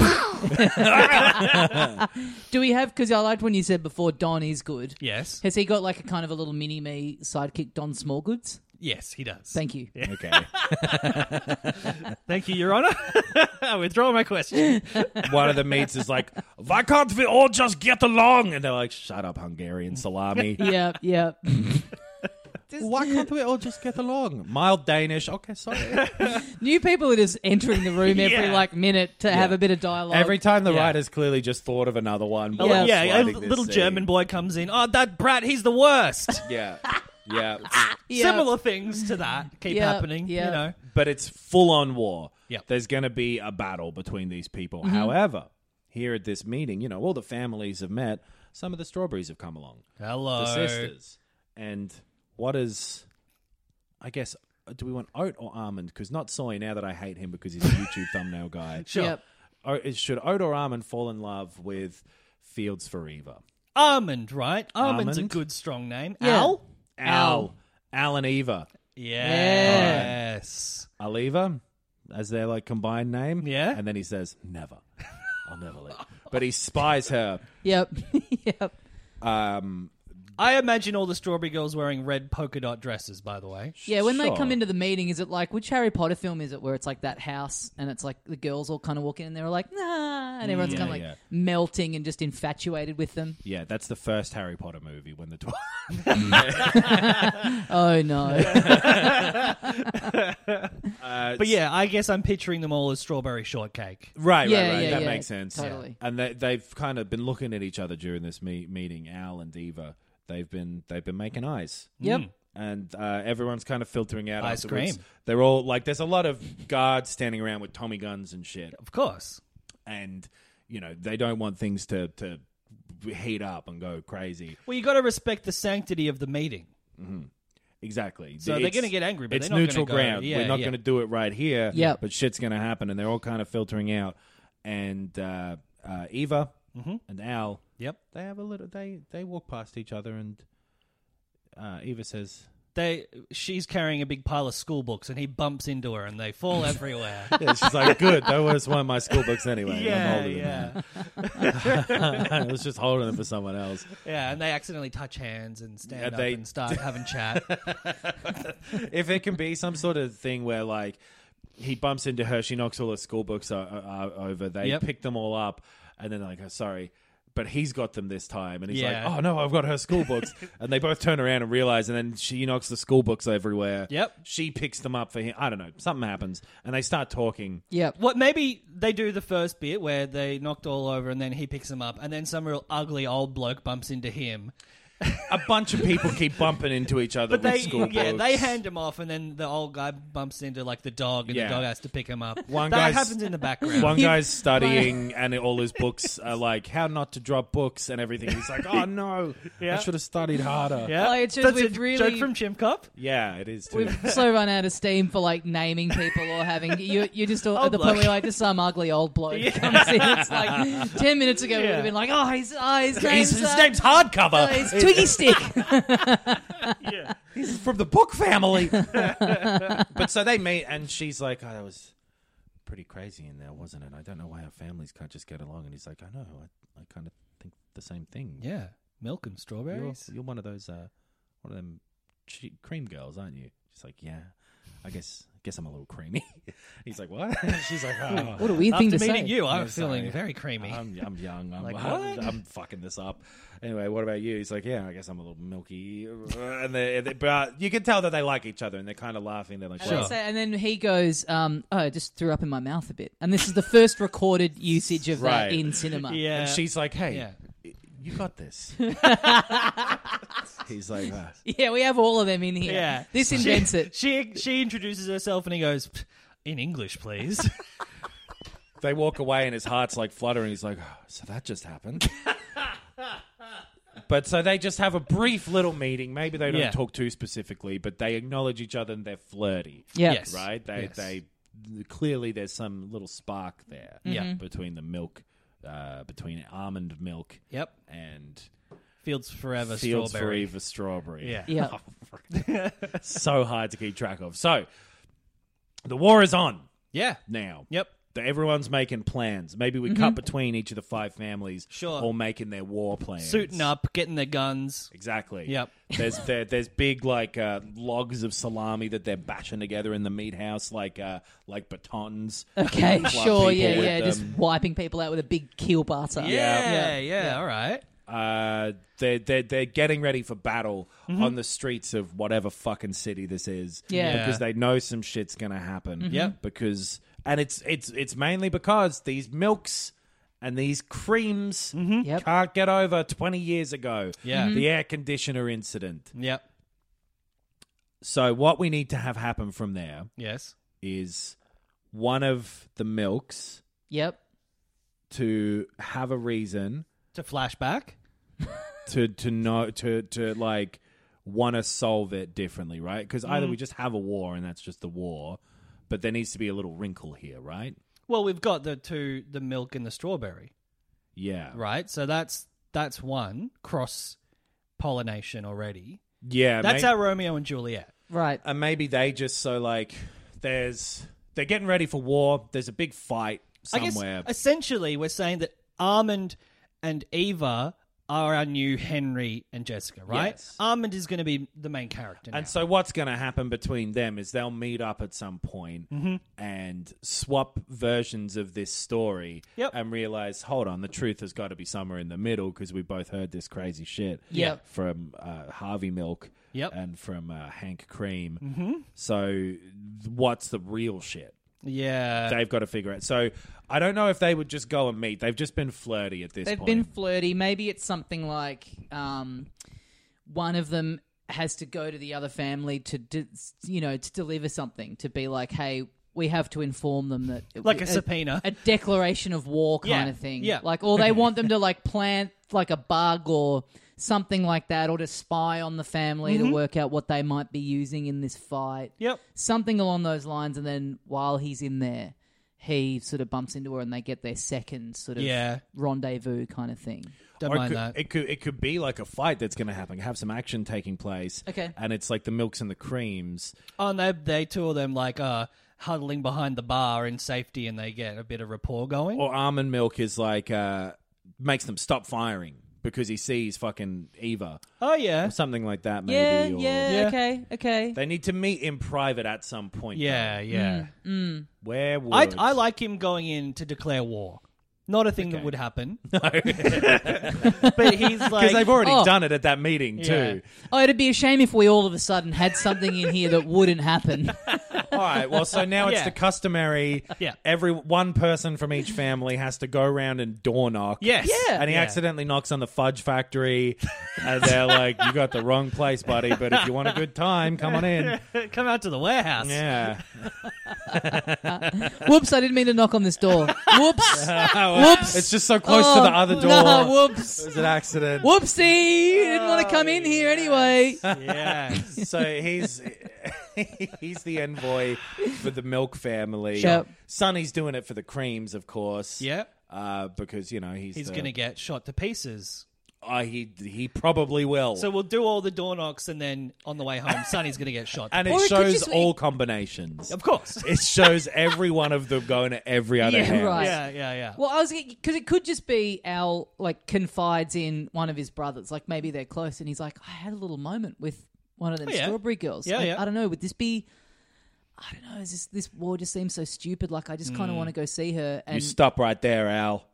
Do we have? Because I liked when you said before Don is good. Yes. Has he got like a kind of a little mini me sidekick, Don Smallgoods? Yes, he does. Thank you. okay, Thank you, Your Honor. <laughs> I withdraw my <laughs> question. one of the mates is like, "Why can't we all just get along?" And they're like, "Shut up, <laughs> Hungarian salami." Yeah, yeah. <laughs> Why can't we all just get along? Mild Danish. <laughs> Okay, sorry. New people are just entering the room every Yeah. like minute to have a bit of dialogue. Every time the Yeah. writers clearly just thought of another one. Oh, while yeah, a sliding this little scene. German boy comes in. Oh, that brat, he's the worst. Yeah, <laughs> yeah. <laughs> Yeah. Similar things to that keep Yeah, happening. yeah. You know. but it's full on war. Yep. There's going to be a battle between these people. However, here at this meeting, you know, all the families have met. Some of the strawberries have come along. Hello. The sisters. And what is, I guess, uh, do we want oat or almond? Because not soy now that I hate him because he's a YouTube thumbnail guy. Sure. Yep. O- is- should oat or almond fall in love with Fields Forever? Almond, right? Almond's Almond. a good strong name. Yeah. Al? Al. Al and Eva. Yes. Aliva as their like combined name. Yeah. And then he says, Never. I'll never let But he spies her. Yep. <laughs> yep. Um I imagine all the strawberry girls wearing red polka dot dresses, by the way. Yeah, when they Sure. come into the meeting, is it like which Harry Potter film is it where it's like that house and it's like the girls all kind of walk in and they're like nah, and everyone's kind of like yeah. melting and just infatuated with them. yeah, that's the first Harry Potter movie when the tw- Oh no, Uh, But yeah, I guess I'm picturing them all as strawberry shortcake. <laughs> Right, Yeah, right, right. yeah, that yeah, makes sense. totally. And they, they've kind of been looking at each other during this me- meeting, Al and Eva. They've been they've been making eyes. Hmm. yep, and uh, everyone's kind of filtering out Ice afterwards. cream. They're all like, there's a lot of guards standing around with Tommy guns and shit, Of course. and you know they don't want things to to heat up and go crazy. Well, you got to respect the sanctity of the meeting. Exactly. So they're It's- gonna get angry, but it's they're not neutral gonna go- ground. yeah, We're not yeah. going to do it right here. Yep. But shit's going to happen, and they're all kind of filtering out. And uh, uh, Eva and Al. Yep. They have a little. They they walk past each other, and uh, Eva says, They, she's carrying a big pile of school books, and he bumps into her, and they <laughs> fall everywhere. yeah, "She's like, good. That was one of my school books <laughs> anyway. I'm yeah, older yeah, than that. <laughs> I was just holding them for someone else." yeah, and they accidentally touch hands and stand And up they- and start having <laughs> chat. if it can be some sort of thing where like he bumps into her, she knocks all her school books o- o- o- over. They Yep. pick them all up, and then they're like, oh, "Sorry." But he's got them this time, and he's Yeah. like, "Oh no, I've got her <laughs> school books." and they both turn around and realize, and then she knocks the school books everywhere. Yep. She picks them up for him. I don't know. Something happens, and they start talking. Yep. What maybe they do the first bit where they knocked all over and then he picks them up and then some real ugly old bloke bumps into him. A bunch of people keep bumping into each other But with they school yeah, books. they hand him off and then the old guy bumps into like the dog and Yeah. the dog has to pick him up. One that guy's- happens in the background. <laughs> One guy's <laughs> studying, and all his books are like how not to drop books and everything. <laughs> He's like, "Oh no, I should have studied harder." yeah. Like, it's just That's a we've joke really- from Chim Cop. Yeah, it is too. We've <laughs> so run out of steam for like naming people or having you. You're just all, at Old the bloke. point where you're like, just some ugly old bloke comes in. <laughs> It's like ten minutes ago we would Yeah. have been like, oh, his, oh, his <laughs> name's He's, his uh, name's Hardcover. uh, <laughs> it's Twiggy Stick. He's from the book <laughs> family. but so they meet, and she's like, "Oh, that was pretty crazy in there, wasn't it? I don't know why our families can't just get along." And he's like, "I know. I, I kind of think the same thing. Yeah. Milk and you're, strawberries. you're one of those, uh, one of them che- cream girls, aren't you?" She's like, "Yeah." I guess, guess I'm a little creamy. <laughs> He's like, "What?" <laughs> she's like, "Oh." What a weird After thing to meeting say. you, I'm Yeah, feeling sorry. Um, very creamy. I'm, I'm young. <laughs> I'm, Like, I'm, what? I'm fucking this up. Anyway, what about you? He's like, yeah, I guess I'm a little milky. And they, they, but you can tell that they like each other, and they're kind of laughing. They're like, And, they "Wow." say- and then he goes, um, "Oh, I just threw up in my mouth a bit." And this is the first recorded usage of Right. that in cinema. yeah. and she's like, hey, Yeah. you got this. He's like, "Ah." Yeah, we have all of them in here. yeah. This She- invents <laughs> it. She she introduces herself and he goes, "Pff, in English, <laughs> please. they walk away, and his heart's like fluttering. He's like, "Oh, so that <laughs> just happened. But so they just have a brief little meeting. Maybe they don't Yeah. talk too specifically, but they acknowledge each other and they're flirty. Yeah. Yes. right? They Yes. they clearly there's some little spark there, Yeah. between the milk, uh, between almond milk, Yep. and Fields forever fields Oh, for strawberry. Eva strawberry. Yeah. <laughs> Yeah. so hard to keep track of. So the war is on Yeah. now. Yep. The- Everyone's making plans. Maybe we cut between each of the five families, Sure. all making their war plans, Suiting up, getting their guns. Exactly. Yep. There's there, there's big like uh, logs of salami that they're bashing together in the meat house, like uh, like batons. Okay, Club people sure. Yeah, with yeah. Just them. wiping people out with a big keel butter. Yeah, yeah, all right. Uh, they're, they're, they're getting ready for battle on the streets of whatever fucking city this is. Mm-hmm. Yeah. Mm-hmm. Because they know some shit's going to happen. Yep. Because, and it's, it's, it's mainly because these milks and these creams Mm-hmm. Yep. Mm-hmm. can't get over 20 years ago. Yeah. Mhm. The air conditioner incident. Yep. So, what we need to have happen from there Yes. is one of the milks Yep. to have a reason To flashback. to to know to to like want to solve it differently, right? Because either Mm. we just have a war and that's just the war, but there needs to be a little wrinkle here, right? Well, we've got the two, the milk and the strawberry, Yeah, right? So that's that's one cross pollination already. yeah. that's may- our Romeo and Juliet. Right. and maybe they just so like there's they're getting ready for war. There's a big fight somewhere. I guess essentially we're saying that Armand and Eva are our new Henry and Jessica, right? Yes. Armand is going to be the main character. now. And so what's going to happen between them is they'll meet up at some point and swap versions of this story Yep. and realize, hold on, the truth has got to be somewhere in the middle because we both heard this crazy shit Yep. from uh, Harvey Milk Yep. and from uh, Hank Cream. Mm-hmm. So what's the real shit? yeah, They've got to figure out. So I don't know if they would just go and meet. They've just been flirty at this They've point. been flirty. Maybe it's something like um, one of them has to go to the other family to, de- you know, to deliver something to be like, hey, we have to inform them that Like a subpoena. a declaration of war kind Yeah, of thing. yeah. <laughs> Like, or they want them to like plant like a bug or something like that, or to spy on the family Mm-hmm. to work out what they might be using in this fight. Yep. Something along those lines. And then while he's in there, he sort of bumps into her and they get their second sort of Yeah. rendezvous kind of thing. Don't Or it mind could, that. It could it could be like a fight that's going to happen. Have some action taking place. Okay. And it's like the milks and the creams. Oh, and they, they two of them like uh, huddling behind the bar in safety, and they get a bit of rapport going. Or almond milk is like uh, makes them stop firing because he sees fucking Eva oh yeah, or something like that. Maybe. or- Yeah. okay, okay. They need to meet in private at some point. yeah, yeah. Mm. though. Where would I <laughs> I like him going in to declare war. Not a thing that would <laughs> happen. No, but he's <laughs> like because they've already Oh. done it at that meeting too. Oh, it'd be a shame if we all of a sudden had something in here that <laughs> wouldn't happen. All right. Well, so now it's Yeah. the customary. Yeah. Every one person from each family has to go around and door knock. Yes. Yeah. <laughs> And he Yeah. accidentally knocks on the fudge factory, and they're like, "You got the wrong place, buddy. But if you want a good time, come on <laughs> in." <laughs> come out to the warehouse. Yeah. Whoops, I didn't mean to knock on this door. <laughs> Whoops. Whoops. It's just so close to Oh, the other door. nah, whoops. It was an accident. Whoopsie. Didn't want to come in here anyway. <laughs> <laughs> <laughs> yeah. So he's <laughs> he's the envoy for the milk family. Yep. Sonny's doing it for the creams, of course. Yep. Uh, because you know he's He's the- gonna get shot to pieces. Uh, he he probably will. So we'll do all the door knocks, and then on the way <laughs> home, Sonny's gonna get shot. and Or it it could shows just- all combinations. of course. It shows every one of them going to every other Yeah, house. right. yeah, yeah, yeah. Well, I was because it could just be Al like confides in one of his brothers, like maybe they're close, and he's like, "I had a little moment with one of them Oh, yeah. strawberry girls." Yeah, Like, yeah. I don't know. Would this be? I don't know. Is this this war just seems so stupid? Like I just kind of want to go see her. You And Mm. stop right there, Al.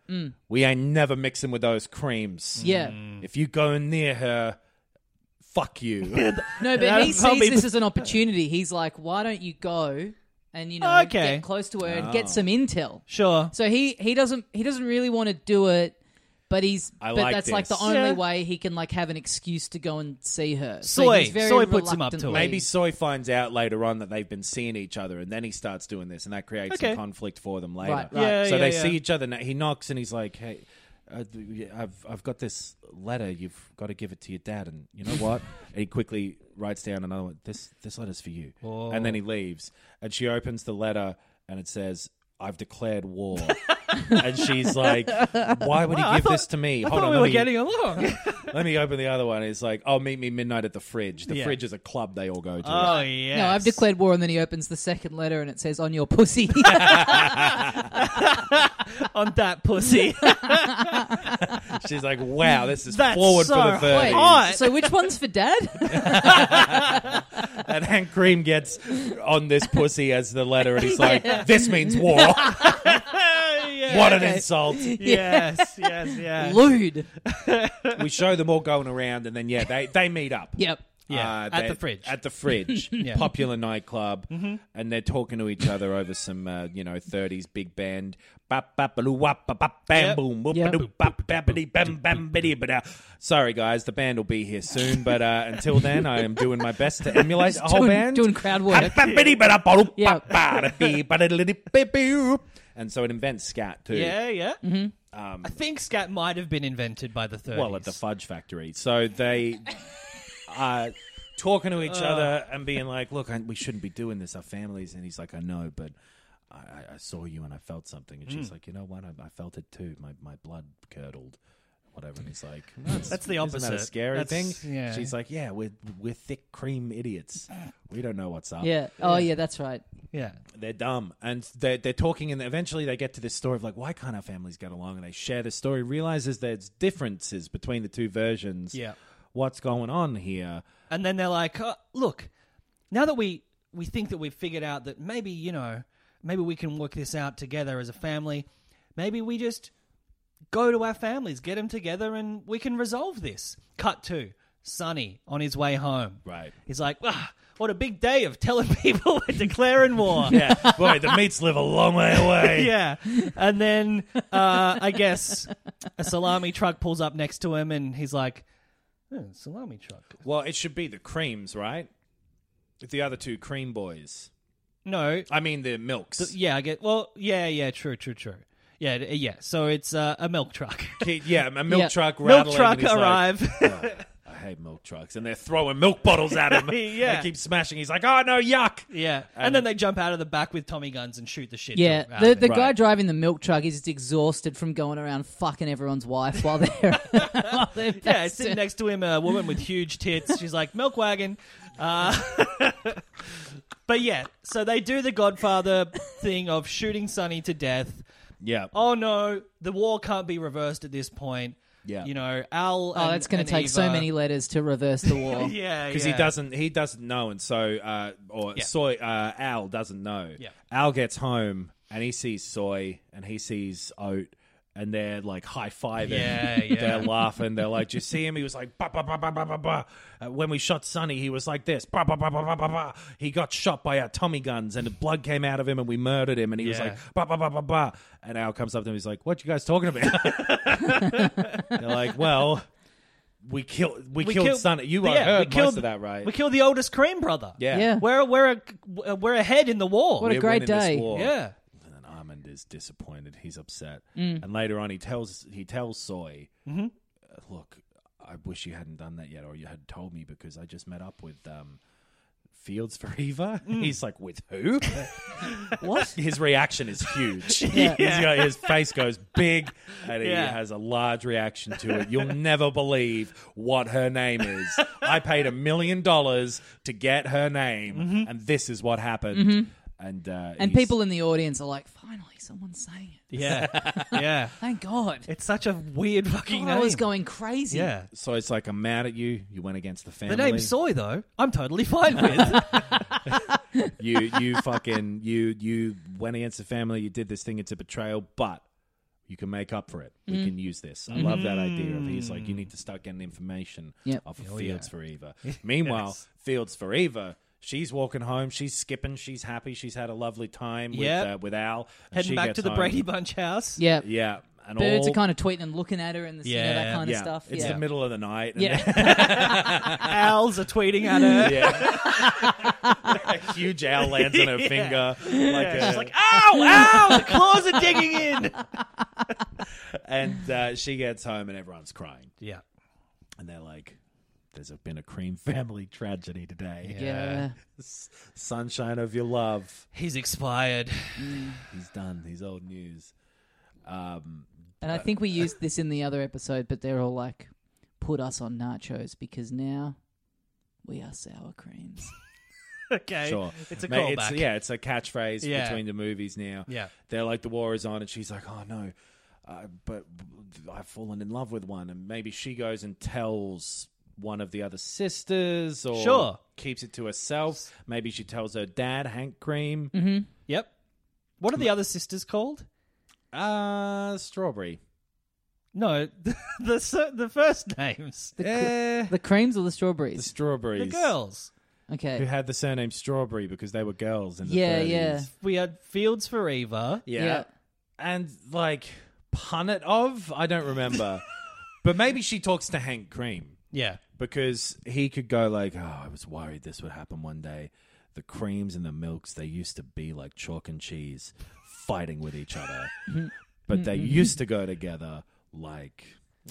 We ain't never mixing with those creams. yeah, If you go near her, fuck you. no, but That'll he sees probably- this as an opportunity. He's like, "Why don't you go and you know Okay. get close to her and get some intel?" <laughs> sure. So he he doesn't he doesn't really want to do it, but he's I but like that's like the this. only Yeah. way he can like have an excuse to go and see her. Soy. he's very Soy puts him up to it. reluctantly- Maybe Soy finds out later on that they've been seeing each other, and then he starts doing this, and that creates Okay. some conflict for them later. Right, right. Yeah, so yeah, they yeah. see each other. Now. He knocks, and he's like, "Hey, uh, th- I've I've got this letter. You've got to give it to your dad." And you know <laughs> what? and he quickly writes down another one. This this letter's for you. And then he leaves, and she opens the letter, and it says, "I've <laughs> declared war." and she's like, "Why would he give this to me?" I Hold thought on, we let were me- getting along. <laughs> let me open the other one. It's like, oh, meet me midnight at the fridge. The Yeah. fridge is a club they all go to. oh yeah. No, I've declared war, and then he opens the second letter, and it says "on your pussy." <laughs> on that <laughs> pussy. She's like, wow, this is That's forward so for the hot. Wait, 30s. Hot. so which one's for <laughs> Dad? And Hank Cream gets on this pussy as the letter, and he's like, this means war. what an insult. <laughs> yes, yes, yes. Lewd. we show them all going around, and then, yeah, they, they meet up. Yep. Yeah, at they- the fridge. Uh, Mm-hmm. At <laughs> the fridge, popular nightclub, and they're talking to each other over some, uh, you know, thirties big band. Bap, bap, baloo, wap, bap, bap, bam, Yep. boom, whoop, Yep. ba-doo, bap, bappity, bam, bam, biddy, ba-da. Sorry, guys, the band will be here soon, but uh, until then, I am doing my best to emulate the whole doing- band, doing crowd work. Bap, bap, biddy, ba-da, ba-doo, Yeah. bap, ba-da-dee, ba-da-dee, ba-doo. And so it invents scat too. Yeah, yeah. Mm-hmm. I think scat might have been invented by the 30s. Um, Well, at the fudge factory. <laughs> So they are talking to each other and being like, "Look, I, we shouldn't be doing this. Our families." And he's like, "I know, but I, I- I saw you and I felt something." And Hmm. she's like, "You know what? I, I felt it too. My my blood curdled." Whatever, and he's like, that's, the Isn't that a opposite. scary That's- thing? yeah. She's like, yeah, we're we're thick cream idiots. We don't know what's up. Yeah. Oh, yeah, that's right. yeah. They're dumb. And they're, they're talking, and eventually they get to this story of like, why can't our families get along? And they share the story, realizes there's differences between the two versions. Yeah. What's going on here? And then they're like, oh, look, now that we we think that we've figured out that maybe, you know, maybe we can work this out together as a family, maybe we just go to our families, get them together and we can resolve this. Cut to Sonny on his way home. Right. He's like, ah, what a big day of telling <laughs> people we're declaring war. Yeah. <laughs> Boy, the meats live a long way <laughs> away. <laughs> yeah. And then uh, I guess a salami truck pulls up next to him and he's like, "Hmm, salami truck. Well, it should be the creams, right? The other two cream boys. No. I mean, the milks. th- yeah, I get. Well, yeah, yeah, true, true, true. Yeah, d- yeah. So it's uh, a milk truck. <laughs> Yeah, a milk Yeah. truck milk rattling. truck and he's like, arrive. <laughs> "Oh, I hate milk trucks, and they're throwing milk bottles at him. <laughs> Yeah. and he keeps smashing. He's like, "Oh no, yuck!" yeah, and, then they jump out of the back with Tommy guns and shoot the shit. Yeah, out the, of the it. guy driving the milk truck is just exhausted from going around fucking everyone's wife while <laughs> they're. while they're yeah, sitting next to him, a woman with huge tits. She's like milk wagon. Uh, <laughs> but yeah, so they do the Godfather thing of shooting Sonny to death. Yeah. Oh no, the war can't be reversed at this point. Yeah. you know Al. Oh, that's going to take so many letters to reverse the war. <laughs> Yeah, because he doesn't he doesn't know, and so uh, or Yeah. soy uh, Al doesn't know. Yeah. Al gets home and he sees soy and he sees oat. And they're like high fiving. Yeah, yeah. <laughs> They're laughing. They're like, "Do you see him? He was like, ba ba ba ba ba ba ba." Uh, when we shot Sonny, he was like this, ba ba ba ba ba ba ba. He got shot by our Tommy guns, and the blood came out of him, and we murdered him. And he was Yeah. like, ba ba ba ba ba. And Al comes up to him. He's like, "What you guys talking about?" <laughs> they're like, "Well, we killed we, killed, Sonny. You yeah, heard we killed, most of that, right? We killed the oldest Cream brother. Yeah. Yeah. we're we're a, we're ahead in the war. What a We're great winning this day. war. yeah, And then Armand is disappointed. He's upset. Mm. And later on, he tells he tells Soy, "Uh, "Look, I wish you hadn't done that yet, or you had told me because I just met up with." Um, Fields for <laughs> Eva? He's like, with who? what? His reaction is huge. He's got- his face goes big and he Yeah. has a large reaction to it. You'll never believe what her name is. I paid a million dollars to get her name, and this is what happened. And, uh, Mm-hmm. And he's- people in the audience are like, finally, someone's saying it. yeah, <laughs> yeah. Thank God. It's such a weird fucking God, name. I was going crazy. yeah. So it's like, I'm mad at you. You went against the family. The name Soy though, I'm totally <laughs> fine with. You, <laughs> you fucking, you, you went against the family. You did this thing. It's a betrayal, but you can make up for it. We Mm. can use this. I love that idea of he's like, you need to start getting information Yep. off of Fields for <laughs> Eva. Meanwhile, Fields for Eva. She's walking home. She's skipping. She's happy. She's had a lovely time Yep. with uh, with Al. and Heading she back gets to the home. Brady Bunch house. Yeah. Yeah, and Birds all, are kind of tweeting and looking at her and this, you know, that Yeah. kind yeah. of stuff. It's yeah. the middle of the night. and yeah. Owls are tweeting <laughs> at her. Yeah. <laughs> a huge owl <laughs> lands on her finger. Like a, She's like, ow, ow, the claws are digging in. <laughs> and uh, she gets home and everyone's crying. Yeah. And they're like, there's been a cream <laughs> family tragedy today. yeah. S- Sunshine of your love. He's expired. He's done. He's old news. And I think we used this in the other episode, but they're all like, put us on nachos because now we are sour <laughs> creams. <laughs> Okay. Sure. It's a Mate, callback. yeah, it's a catchphrase Yeah. between the movies now. Yeah. They're like, the war is on. And she's like, oh, no. Uh, but I've fallen in love with one. And maybe she goes and tells one of the other sisters or Sure. keeps it to herself. Maybe she tells her dad, Hank Cream. Mm-hmm. Yep. What are the other sisters called? Uh, strawberry. No, <laughs> the the, s- the first names. <laughs> The, cr- Eh, the creams or the the strawberries? strawberries. The girls. Who Okay. had the surname Strawberry because they were girls in the Yeah, 30s. yeah. We had Fields for Eva. Yeah. Yeah. And like Punnet of? I <laughs> don't remember. but maybe she talks to Hank Cream Yeah. because he could go like, "Oh, I was worried this would happen one day. The creams and the milks, they used to be like chalk and cheese fighting with <laughs> each other. but they used to go together like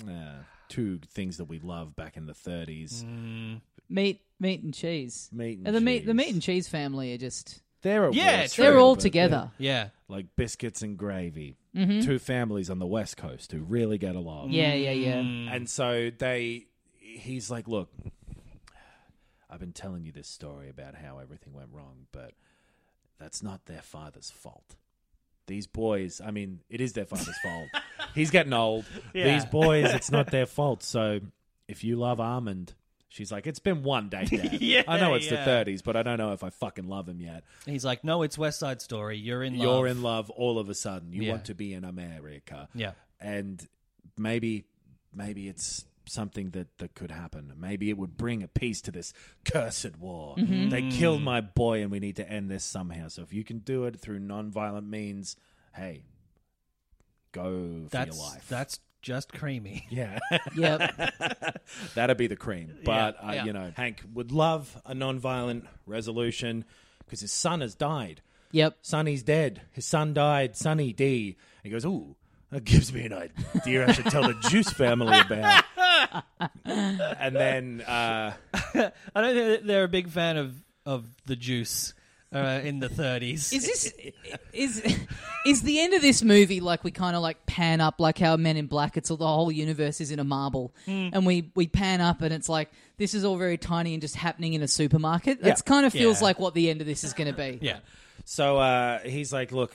uh, two things that we love back in the 30s. Mm. Meat, meat and cheese. Meat and the meat, the cheese. meat and cheese family are just They're at Yeah, war true. too, they're all but together. Yeah. like biscuits and gravy. Mm-hmm. Two families on the West Coast who really get along. Yeah, yeah, yeah. And so they, he's like, look, I've been telling you this story about how everything went wrong, but that's not their father's fault. These boys, I mean, it is <laughs> their father's fault. He's getting old. These boys, it's not their fault. So if you love Armand, she's like, it's been one day, Dad. <laughs> Yeah, I know it's yeah. the 30s, but I don't know if I fucking love him yet. He's like, no, it's West Side Story. You're in love. You're in love all of a sudden. You Yeah. want to be in America. Yeah. And maybe maybe it's something that, that could happen. Maybe it would bring a peace to this cursed war. Mm-hmm. They killed my boy and we need to end this somehow. So if you can do it through nonviolent means, hey, go for That's your life. that's just creamy. <laughs> <laughs> yeah. <laughs> Yep. That'd be the cream. But, Yeah, uh, yeah. you know, Hank would love a non violent resolution because his son has died. Yep. Sonny's dead. His son died. Sonny D. And he goes, ooh, that gives me an idea I should tell the Juice family about. <laughs> and then, uh, I don't think that they're a big fan of of the juice uh, in the 30s. Is this is is the end of this movie like we kind of like pan up like how Men in Black? It's all the whole universe is in a marble, Hmm. and we we pan up and it's like this is all very tiny and just happening in a supermarket. That's kind of feels Yeah. like what the end of this is going to be. <laughs> yeah. so uh, he's like, look,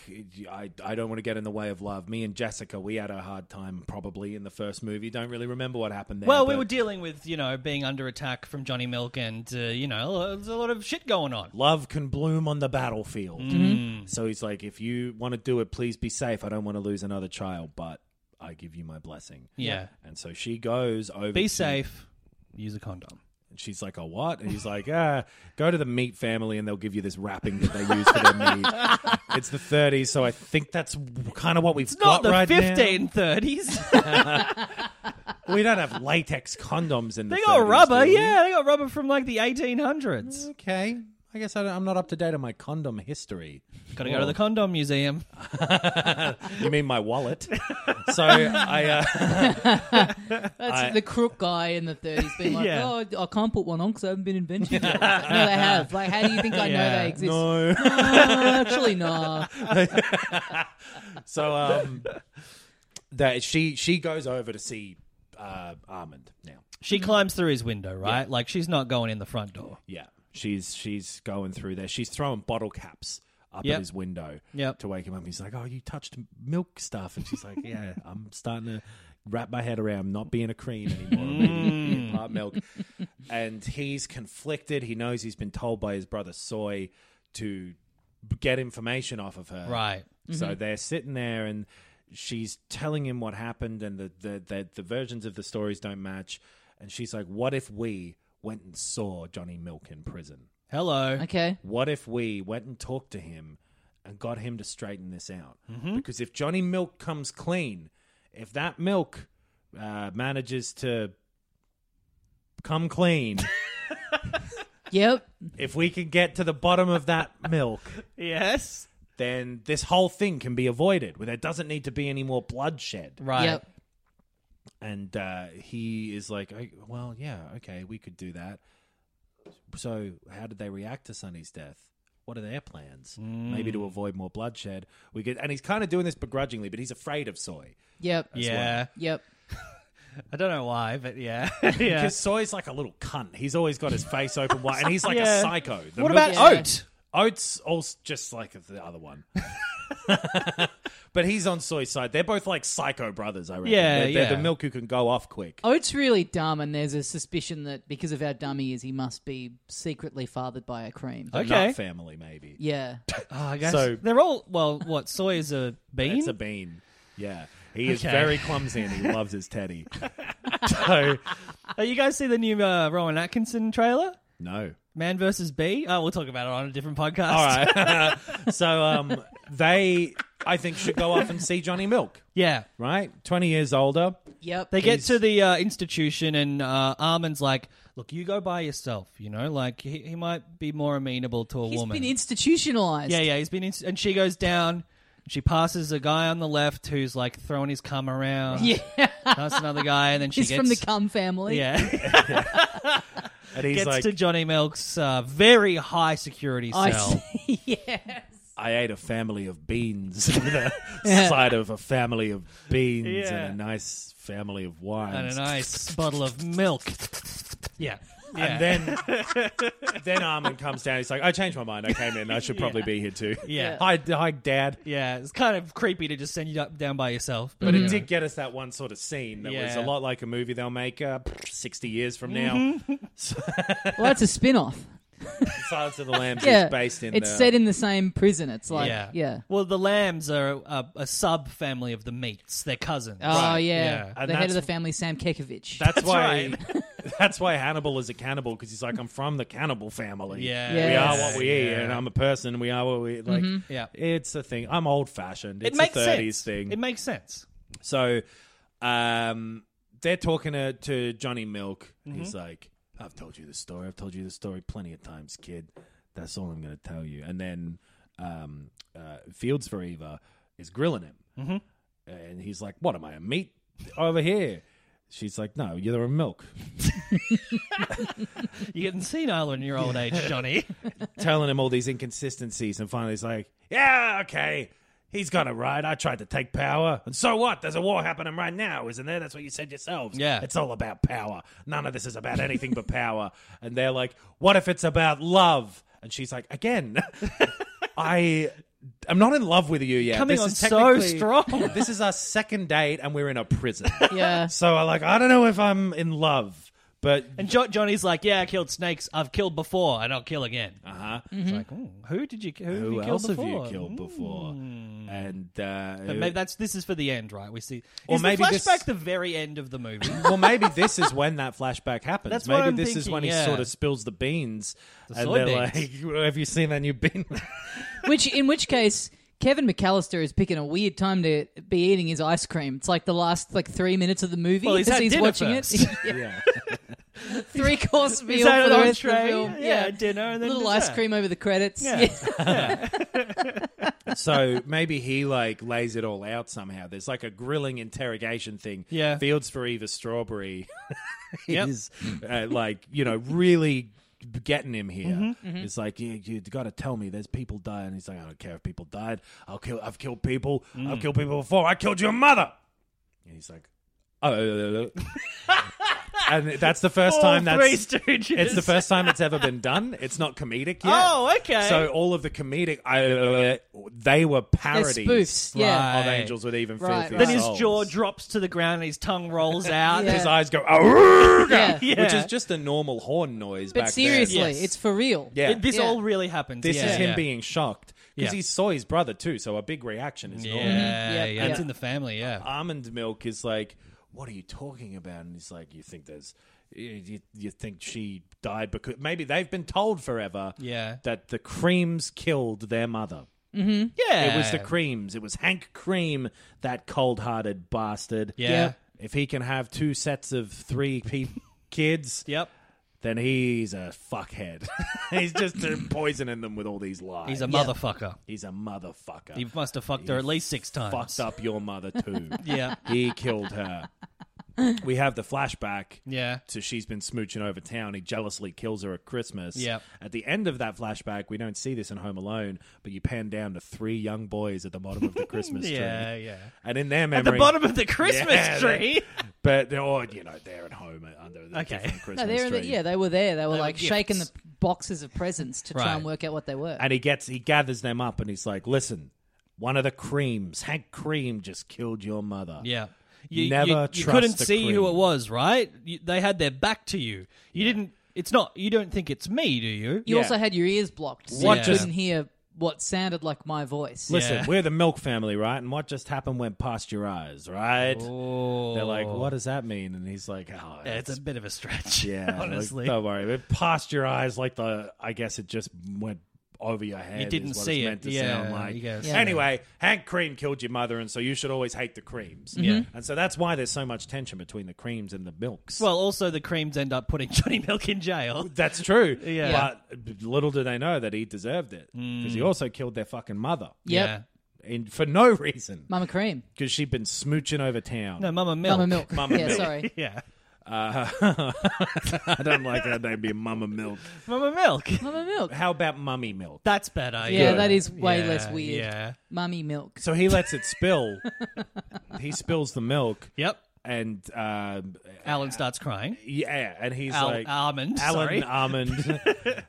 I, I don't want to get in the way of love. Me and Jessica, we had a hard time probably in the first movie. Don't really remember what happened there. Well, we but were dealing with, you know, being under attack from Johnny Milk and, uh, you know, there's a lot of shit going on. Love can bloom on the battlefield. Mm-hmm. So he's like, if you want to do it, please be safe. I don't want to lose another child, but I give you my blessing. Yeah. And so she goes over. Be to- safe. Use a condom. And she's like, a what? And he's like, ah, go to the meat family and they'll give you this wrapping that they use for their <laughs> meat. it's the 30s, so I think that's kind of what we've Not got the <laughs> right 1530s. now. We don't have latex condoms in the they got 30s, rubber. do we? Yeah, they got rubber from like the 1800s. Okay. I guess I don't, I'm not up to date on my condom history. Got to go to the condom museum. You mean my wallet? so I. <laughs> Uh, That's the crook guy in the 30s being like, Yeah. oh, I can't put one on because I haven't <laughs> been invented yet. no, they have. Like, how do you think I know Yeah. they exist? no. Uh, actually, nah. So um, that she she goes over to see uh, Armand now. She climbs through his window, right? Like she's not going in the front door. Yeah, she's she's going through there. She's throwing bottle caps up Yep. at his window Yep. to wake him up. He's like, "Oh, you touched milk stuff," and she's like, "Yeah, <laughs> I'm starting to." Wrap my head around not being a cream anymore, I'm Mm. being part milk. And he's conflicted. He knows he's been told by his brother Soy to b- get information off of her. Right. So they're sitting there and she's telling him what happened and the, the, the, the versions of the stories don't match. And she's like, What if we went and saw Johnny Milk in prison? Hello. Okay. What if we went and talked to him and got him to straighten this out? Because if Johnny Milk comes clean, if that milk uh, manages to come clean, Yep. if we can get to the bottom of that milk, Yes. then this whole thing can be avoided. Where there doesn't need to be any more bloodshed. Right. Yep. and uh, he is like, "Oh, "Well, yeah, okay, we could do that." So, how did they react to Sonny's death? What are their plans? Hmm. Maybe to avoid more bloodshed, we could. And he's kind of doing this begrudgingly, but he's afraid of Soy Yep. Yeah. Yep. I don't know why, but <laughs> yeah. <laughs> yeah. because Soy's like a little cunt. He's always got his face open wide, and he's <laughs> like Yeah. a psycho. The What about milk- Yeah. oat? Oats? Also, just like the other one. <laughs> But he's on Soy's side. They're both like psycho brothers, I reckon. Yeah, they're, they're yeah. the milk who can go off quick. Oat's Oh, really dumb, and there's a suspicion that because of how dumb he is, he must be secretly fathered by a cream. The Okay. Nut family, maybe. <laughs> Yeah. Oh, I guess So- they're all well. What soy is <laughs> a bean? It's a bean. Yeah. He is Okay. very clumsy and he loves his <laughs> teddy. so, Uh, you guys see the new uh, Rowan Atkinson trailer? no. Man versus Bee. Oh, we'll talk about it on a different podcast. All right. <laughs> so, um, they, I think, should go off and see Johnny Milk, <laughs> Yeah. right? 20 years older. Yep. They get to the uh, institution, and uh, Armin's like, "Look, you go by yourself. You know, like he, he might be more amenable to a He's woman." been institutionalized. yeah, yeah. He's been, in- and she goes down. She passes a guy on the left who's like throwing his cum around. Yeah. That's another guy, and then she He's gets from the cum family. yeah, And <laughs> he's gets like, to Johnny Milk's uh, very high security I cell. see. <laughs> yes. I ate a family of beans, <laughs> the side of a family of beans Yeah. and a nice family of And a wines. nice bottle of milk. Yeah. yeah. And then, <laughs> then Armin comes down. He's like, "I changed my mind. I came in. I should probably be here too." Yeah. <laughs> Hi, hi, Dad. Yeah, it's kind of creepy to just send you up, down by yourself. But it did get us that one sort of scene that was Mm-hmm. Yeah. a Mm-hmm. lot like a movie they'll make uh, 60 years from now. Well, that's a spin off. <laughs> Silence of the Lambs Yeah. is based in it's the- set in the same prison. It's like, yeah. Well, the lambs are a, a sub family of the meats. They're cousins. Oh, yeah. And The head that's- of the family, Sam <laughs> Kekovich. That's, why <laughs> that's why Hannibal is a cannibal because he's like, I'm from the cannibal family. Yeah. We Yes. are what we eat, Yeah. Mm-hmm. and I'm a person. We are what we like. Yeah. it's a thing. I'm old fashioned. It It's makes a 30s sense. thing. It makes sense. So um, they're talking to, to Johnny Milk. He's like, I've told you the story. I've told you the story plenty of times, kid. That's all I'm going to tell you. And then um, uh, Fields for Eva is grilling him, mm-hmm. and he's like, "What am I a meat over here?" She's like, "No, you're a milk." You're getting senile in your old <laughs> age, Johnny. telling him all these inconsistencies, and finally he's like, "Yeah, okay." He's got it right. I tried to take power. And so what? There's a war happening right now, isn't there? That's what you said yourselves. Yeah. It's all about power. None of this is about anything but power. <laughs> And they're like, what if it's about love? And she's like, again, <laughs> I. I'm not in love with you yet. Coming this on is so technically- strong. <laughs> This is our second date, and we're in a prison. Yeah. So I like, I don't know if I'm in love, but And jo- Johnny's like, "Yeah, I killed snakes. I've killed before, and I'll kill again." Uh huh. Uh-huh. Mm-hmm. It's like, "Ooh, who did you? Who, have you who killed else have before? Mm. Hmm. you killed before? And uh, But maybe that's this is for the end, right? We see. Or is maybe the this- flashback the very end of the <laughs> movie? <laughs> well, maybe this is when that flashback happens. That's maybe what I'm this is thinking, when he yeah. sort of spills the beans, The and they're soybeans. like, <laughs> "Have you seen that <laughs> new bean?" <laughs> Which, in which case, Kevin McAllister is picking a weird time to be eating his ice cream. It's like the last like three minutes of the movie Well, he's as had he's dinner watching <laughs> first. it. <laughs> Three course meal had for an the rest of the entree, film. yeah, dinner, and then little ice dessert. cream over the credits. <laughs> Yeah. <laughs> Yeah. so <laughs> maybe he like lays it all out somehow. There's like a grilling interrogation thing. Yeah. Fields for Eva Strawberry <laughs> Yep. Mm-hmm. is uh, like you know really getting him here. It's like you, you got to tell me there's people dying. he's like, I don't care if people died. I'll kill. I've killed people. Mm. I've killed people before. I killed your mother. And he's like, oh. <laughs> And that's the first All time Three that's Stooges. it's the first time it's ever been done. It's not <laughs> comedic yet. Oh, okay. So all of the comedic, I, they were parodies spoofs, yeah. of Right. Angels with Even Right, Filthy Then right. his Souls. jaw drops to the ground, and his tongue rolls out. Yeah. His eyes go, "Arrgh!" Yeah. Yeah. which is just a normal horn noise. But back seriously, Yes. it's for real. then. yeah, It- this Yeah. all really happens. this yeah, is him yeah. being shocked because Yeah. he saw his brother too. So a big reaction is Yeah, Mm-hmm. normal. yeah, Yep, It's yep. in the family. Yeah. almond milk is like, what are you talking about? And he's like, you think there's, you, you- you think she died because maybe they've been told forever, Yeah. that the creams killed their mother. yeah. It was the creams. It was Hank Cream, that cold-hearted bastard. Yeah. Yeah. If he can have two sets of three pe- <laughs> kids, Yep. then he's a fuckhead. <laughs> he's just uh, poisoning them with all these lies. He's a motherfucker. He's a motherfucker. He must have fucked her at least six times. fucked up your mother too. <laughs> Yeah. He killed her. We have the flashback. Yeah. So she's been smooching over town. He jealously kills her at Christmas. Yep. At the end of that flashback, we don't see this in Home Alone, but you pan down to three young boys at the bottom of <laughs> the Christmas tree. Yeah, yeah. And in their At memory, the bottom of the Christmas Yeah, they- tree. but they're all you know they're at home under the Okay. different Christmas No, they were tree. the, yeah, they were there. They were were like shaking the gifts. boxes of presents to try Right. and work out what they were. and he gets he gathers them up and he's like, "Listen, one of the creams, Hank Cream, just killed your mother." Yeah. You, Never you, you trust couldn't the see who it cream. was, right? You, they had their back to you. You didn't. It's not. You don't think it's me, do you? you yeah. also had your ears blocked, so What you just- couldn't hear what sounded like my voice. Listen, Yeah. we're the milk family, right? And what just happened went past your eyes, right? They're like, what does that mean? And he's like, oh, Yeah, Oh. it's a bit of a stretch. <laughs> yeah, <laughs> like, honestly. don't worry. It passed your eyes like the, I guess it just went over your head. is didn't what see it's it. meant to Yeah, sound like. you guess. Yeah. Anyway, Hank Cream killed your mother, and so you should always hate the creams. Yeah. And so that's why there's so much tension between the creams and the milks. well, also the creams end up putting Johnny Milk in jail. that's true. Yeah. But little do they know that he deserved it because Mm. he also killed their fucking mother. Yep. Yeah. In, for no reason. Mama Cream. because she'd been smooching over town. No, Mama Milk. Mama Milk. Mama yeah, Milk. sorry. <laughs> Yeah. Uh, I don't like that name being Mama Milk. Mama Milk. Mama Milk. How about Mummy Milk? That's better. Yeah, that is way Yeah, less weird. Yeah. Mummy Milk. So he lets it spill. he spills the milk, Yep. and um Alan starts crying. <laughs> yeah, and he's Al- like Almond, Alan sorry. <laughs> Almond.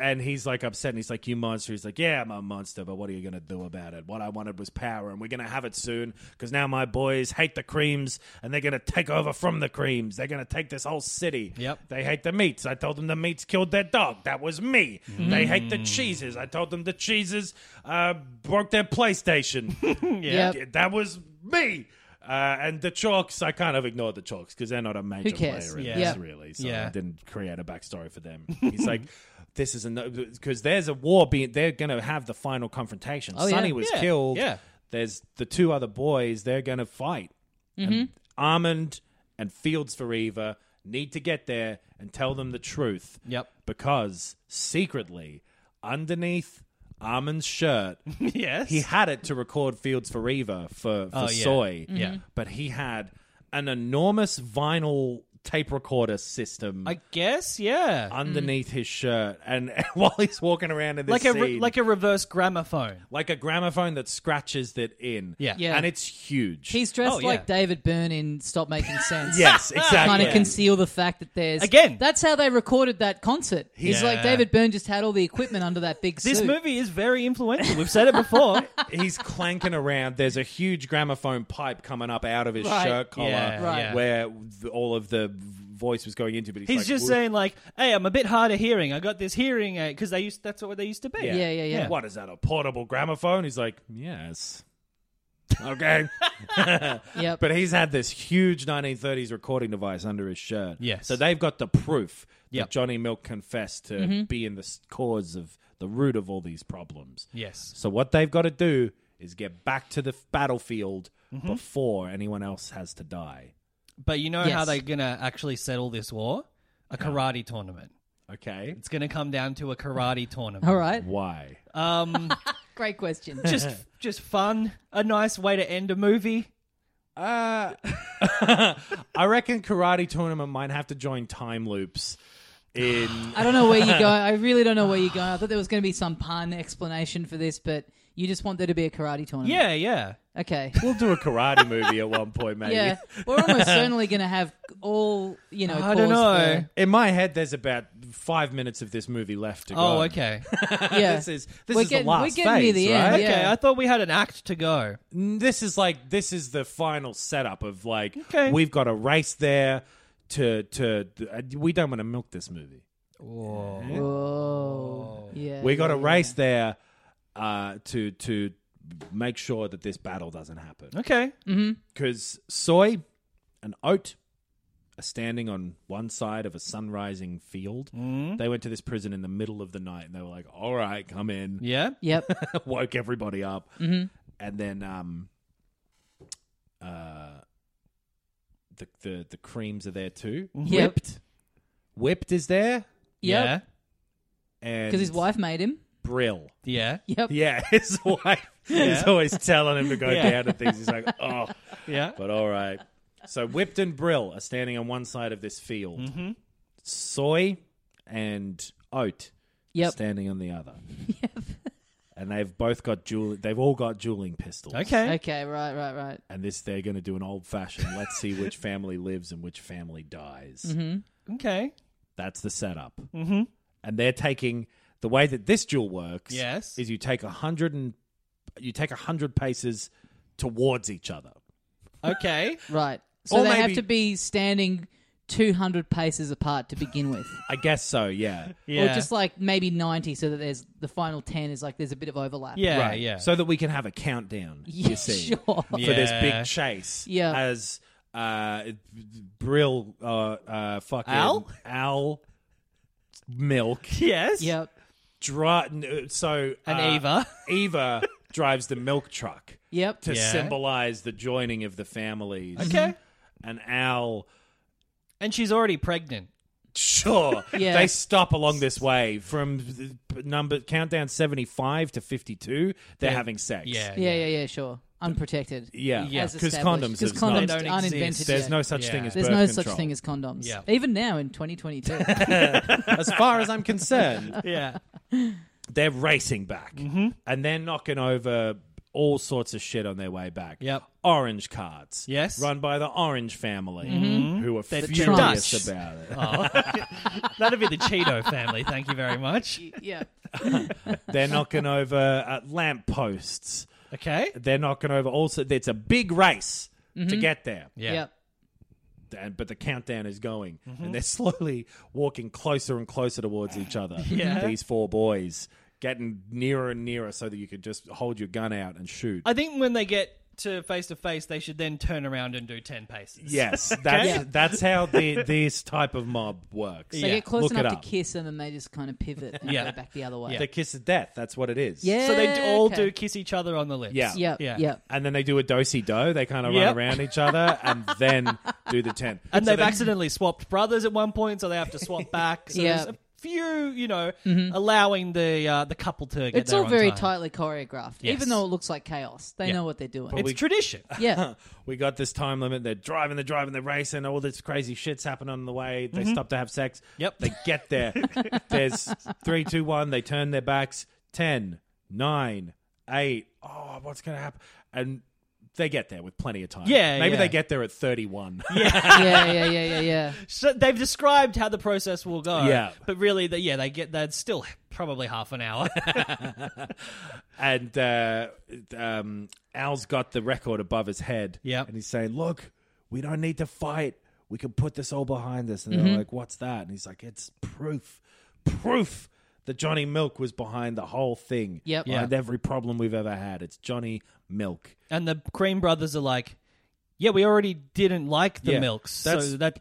And he's like upset and he's like, You monster. He's like, Yeah, I'm a monster, but what are you going to do about it? What I wanted was power, and we're going to have it soon because now my boys hate the creams and they're going to take over from the creams. They're going to take this whole city. Yep. They hate the meats. I told them the meats killed their dog. That was me. They hate the cheeses. I told them the cheeses uh, broke <laughs> their PlayStation. Yep. That was me. Uh, and the chalks, I kind of ignored the chalks because they're not a major cares? player in Yeah. this, Yeah. really. So Yeah. I didn't create a backstory <laughs> for them. He's like, this is a because there's a war being. They're going to have the final confrontation. Oh, yeah. Sonny was Yeah, killed. yeah. There's the two other boys. They're going to fight. Mm-hmm. And Armand and Fields for Eva need to get there and tell them the truth. Yep. Because secretly, underneath Armand's shirt. yes. He had it to record Fields for Reva for, for Oh, yeah. Soy. Yeah. Mhm. But he had an enormous vinyl tape recorder system I guess, yeah. underneath his shirt. And <laughs> while he's walking around in this like a re- scene- like a reverse gramophone. like a gramophone that scratches it in. Yeah. Yeah. And it's huge. He's dressed Oh, yeah. like David Byrne in Stop Making Sense. <laughs> Yes, exactly. Kind of conceal the fact that there's Again. That's how they recorded that concert. He's Yeah. like David Byrne just had all the equipment under that big This suit. movie is very influential. We've said it before. he's clanking around. There's a huge gramophone pipe coming up out of his Right. shirt collar Yeah, Right. yeah. where th- all of the voice was going into. But <laughs> he's, He's like, just "Wh- saying like, "Hey, I'm a bit hard of hearing. I got this hearing aid because they used that's what they used to be." Yeah, yeah, yeah. "What is that? A portable gramophone?" He's like, "Yes." okay, <laughs> Yep. but he's had this huge 1930s recording device under his shirt. Yes. so they've got the proof Yep. that Johnny Milk confessed to Mm-hmm. being the s- cause of the root of all these problems. Yes. So what they've got to do is get back to the f- battlefield before anyone else has to die. But you know how Yes. they're gonna actually settle this war? A karate tournament. Okay. It's gonna come down to a karate tournament. all right. Why? Um, Great question. just <laughs> just fun. A nice way to end a movie. Uh, <laughs> I reckon karate tournament might have to join time loops. In I don't know where you're going. I really don't know where you're going. I thought there was going to be some pun explanation for this, but you just want there to be a karate tournament. Yeah, yeah. <laughs> Okay. we'll do a karate movie at one point, maybe. Yeah. We're almost certainly going to have all, you know, I don't cause know. In my head, there's about five minutes of this movie left to go. Oh, <laughs> okay. For, yeah. This is this We're is getting- the we're last getting near phase, the end, right? yeah. Okay, I thought we had an act to go. this is like this is the final setup of like Okay. we've got a race there to to uh, we don't want to milk this movie. Oh. Whoa. Yeah. we got a race there uh, to to make sure that this battle doesn't happen Okay. because soy and oat are standing on one side of a sunrising field. Mm-hmm. They went to this prison in the middle of the night and they were like, "All right, come in." Yeah. <laughs> Yep. <laughs> woke everybody up, Mm-hmm. and then um, uh, the the the creams are there too. Mm-hmm. Yep. Whipped, whipped is there, Yeah. and Because his wife made him. Brill. Yeah. Yep. Yeah, <laughs> his wife is always telling him to go Yeah. down and things. He's like, oh, Yeah. but all right. So Whipped and Brill are standing on one side of this field. Mm-hmm. Soy and Oat Yep. standing on the other. Yep. And they've both got duel. They've all got dueling pistols. Okay. Okay. Right. Right. Right. And this, they're going to do an old fashioned. Let's see which family lives and which family dies. Okay. That's the setup. Mm-hmm. And they're taking the way that this duel works. Yes. is you take a hundred and you take a hundred paces towards each other. Okay. Right. So Or they have maybe- to be standing 200 paces apart to begin with. I guess so. Yeah. <laughs> Yeah. Or just like maybe 90 so that there's the final 10 is like there's a bit of overlap. yeah. right. Yeah. So that we can have a countdown. Yeah, you see, sure. for this Yeah. big chase. Yeah. As uh, Brill, uh, uh, fucking Al? Al, Milk, yes. Yep. dri- So And uh, Eva. Eva drives the milk truck. Yep. to Yeah. symbolize the joining of the families. <laughs> Okay. And Al, And she's already pregnant. sure, Yeah. they stop along this way from the p- number countdown seventy five to fifty two. They're having sex. Yeah. Yeah, yeah, yeah, sure. Unprotected. yeah, Yeah. As Because established. condoms, 'Cause is not, condoms don't aren't exist. invented there's yet. no such Yeah. thing as There's birth no control. such thing as condoms. Yeah. Even now in 2022. as far as I'm concerned, <laughs> Yeah. they're racing back Mm-hmm. and they're knocking over all sorts of shit on their way back. Yep. Orange cards. Yes. Run by the Orange family, Mm-hmm. who are The furious Dutch. Uh-huh. <laughs> about it. That'd be the Cheeto family. Thank you very much. <laughs> yeah. <laughs> They're knocking over uh, lamp posts. Okay. They're knocking over also. It's a big race Mm-hmm. to get there, Yeah. Yep. And- but the countdown is going, Mm-hmm. and they're <laughs> slowly walking closer and closer towards each other. <laughs> Yeah. These four boys getting nearer and nearer, so that you could just hold your gun out and shoot. I think when they get to face to face, they should then turn around and do ten paces. <laughs> <laughs> yes, that's Yeah. that's <laughs> how the, this type of mob works. They Yeah. get close Look it enough up. to kiss and then they just kind of pivot and Yeah. go back the other way. The kiss of death. That's what it is. Yeah. So they d- all okay. do kiss each other on the lips. Yeah. Yep. Yeah. Yep. And then they do a dosey do. They kind of Yep. run around each other and then do the ten. <laughs> And So they've they- <laughs> accidentally swapped brothers at one point, so they have to swap back. So Yeah. Mm-hmm. there's a few, you know, allowing the uh, the couple to get It's there all on very time. tightly choreographed, Yes. even though it looks like chaos. They Yeah. know what they're doing. It's <laughs> tradition. yeah, we got this time limit. They're driving, they're driving, they're racing. All this crazy shit's happening on the way. They stop to have sex. Mm-hmm. Yep. They <laughs> get there. There's three, two, one. They turn their backs. Ten, nine, eight. Oh, what's going to happen? And they get there with plenty of time. Yeah, Maybe yeah. they get there at 31. yeah, yeah, yeah, yeah, yeah. So they've described how the process will go. Yeah. But really, the, yeah, they get that's still probably half an hour. <laughs> and uh, um, Al's got the record above his head. Yep. And he's saying, Look, we don't need to fight. We can put this all behind us. And Mm-hmm. they're like, What's that? And he's like, It's proof, proof that Johnny Milk was behind the whole thing. Yep. Behind every problem we've ever had. It's Johnny Milk. <laughs> and the Cream brothers are like, "Yeah, we already didn't like the Yeah, milks, that's- so that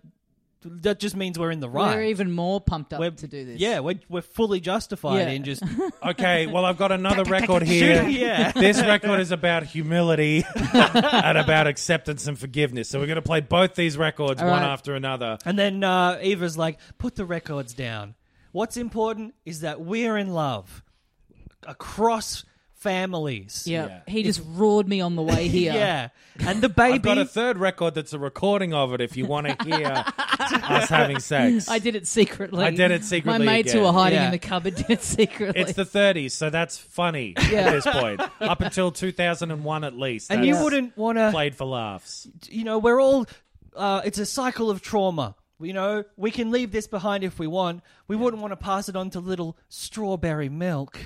that just means we're in the right." We're even more pumped up We're- to do this. Yeah, we're we're fully justified Yeah. in <laughs> just Okay, well, I've got another record here. Yeah. <laughs> This record is about humility <laughs> and about acceptance and forgiveness. So we're going to play both these records All one right. after another. And then uh, Eva's like, put the records down. What's important is that we're in love across families. yeah. He just roared me on <laughs> the way here. Yeah. And the baby. I've got a third record that's a recording of it if you want to <laughs> hear us having sex. I did it secretly. I did it secretly My mates who again. were hiding Yeah. in the cupboard did it secretly. It's the 30s, so that's funny at Yeah. this point. Up until 2001 at least. and you that's wouldn't want uh, to. Played for laughs. you know, we're all. Uh, it's a cycle of trauma. You know, we can leave this behind if we want. We wouldn't want to pass it on to little strawberry milk,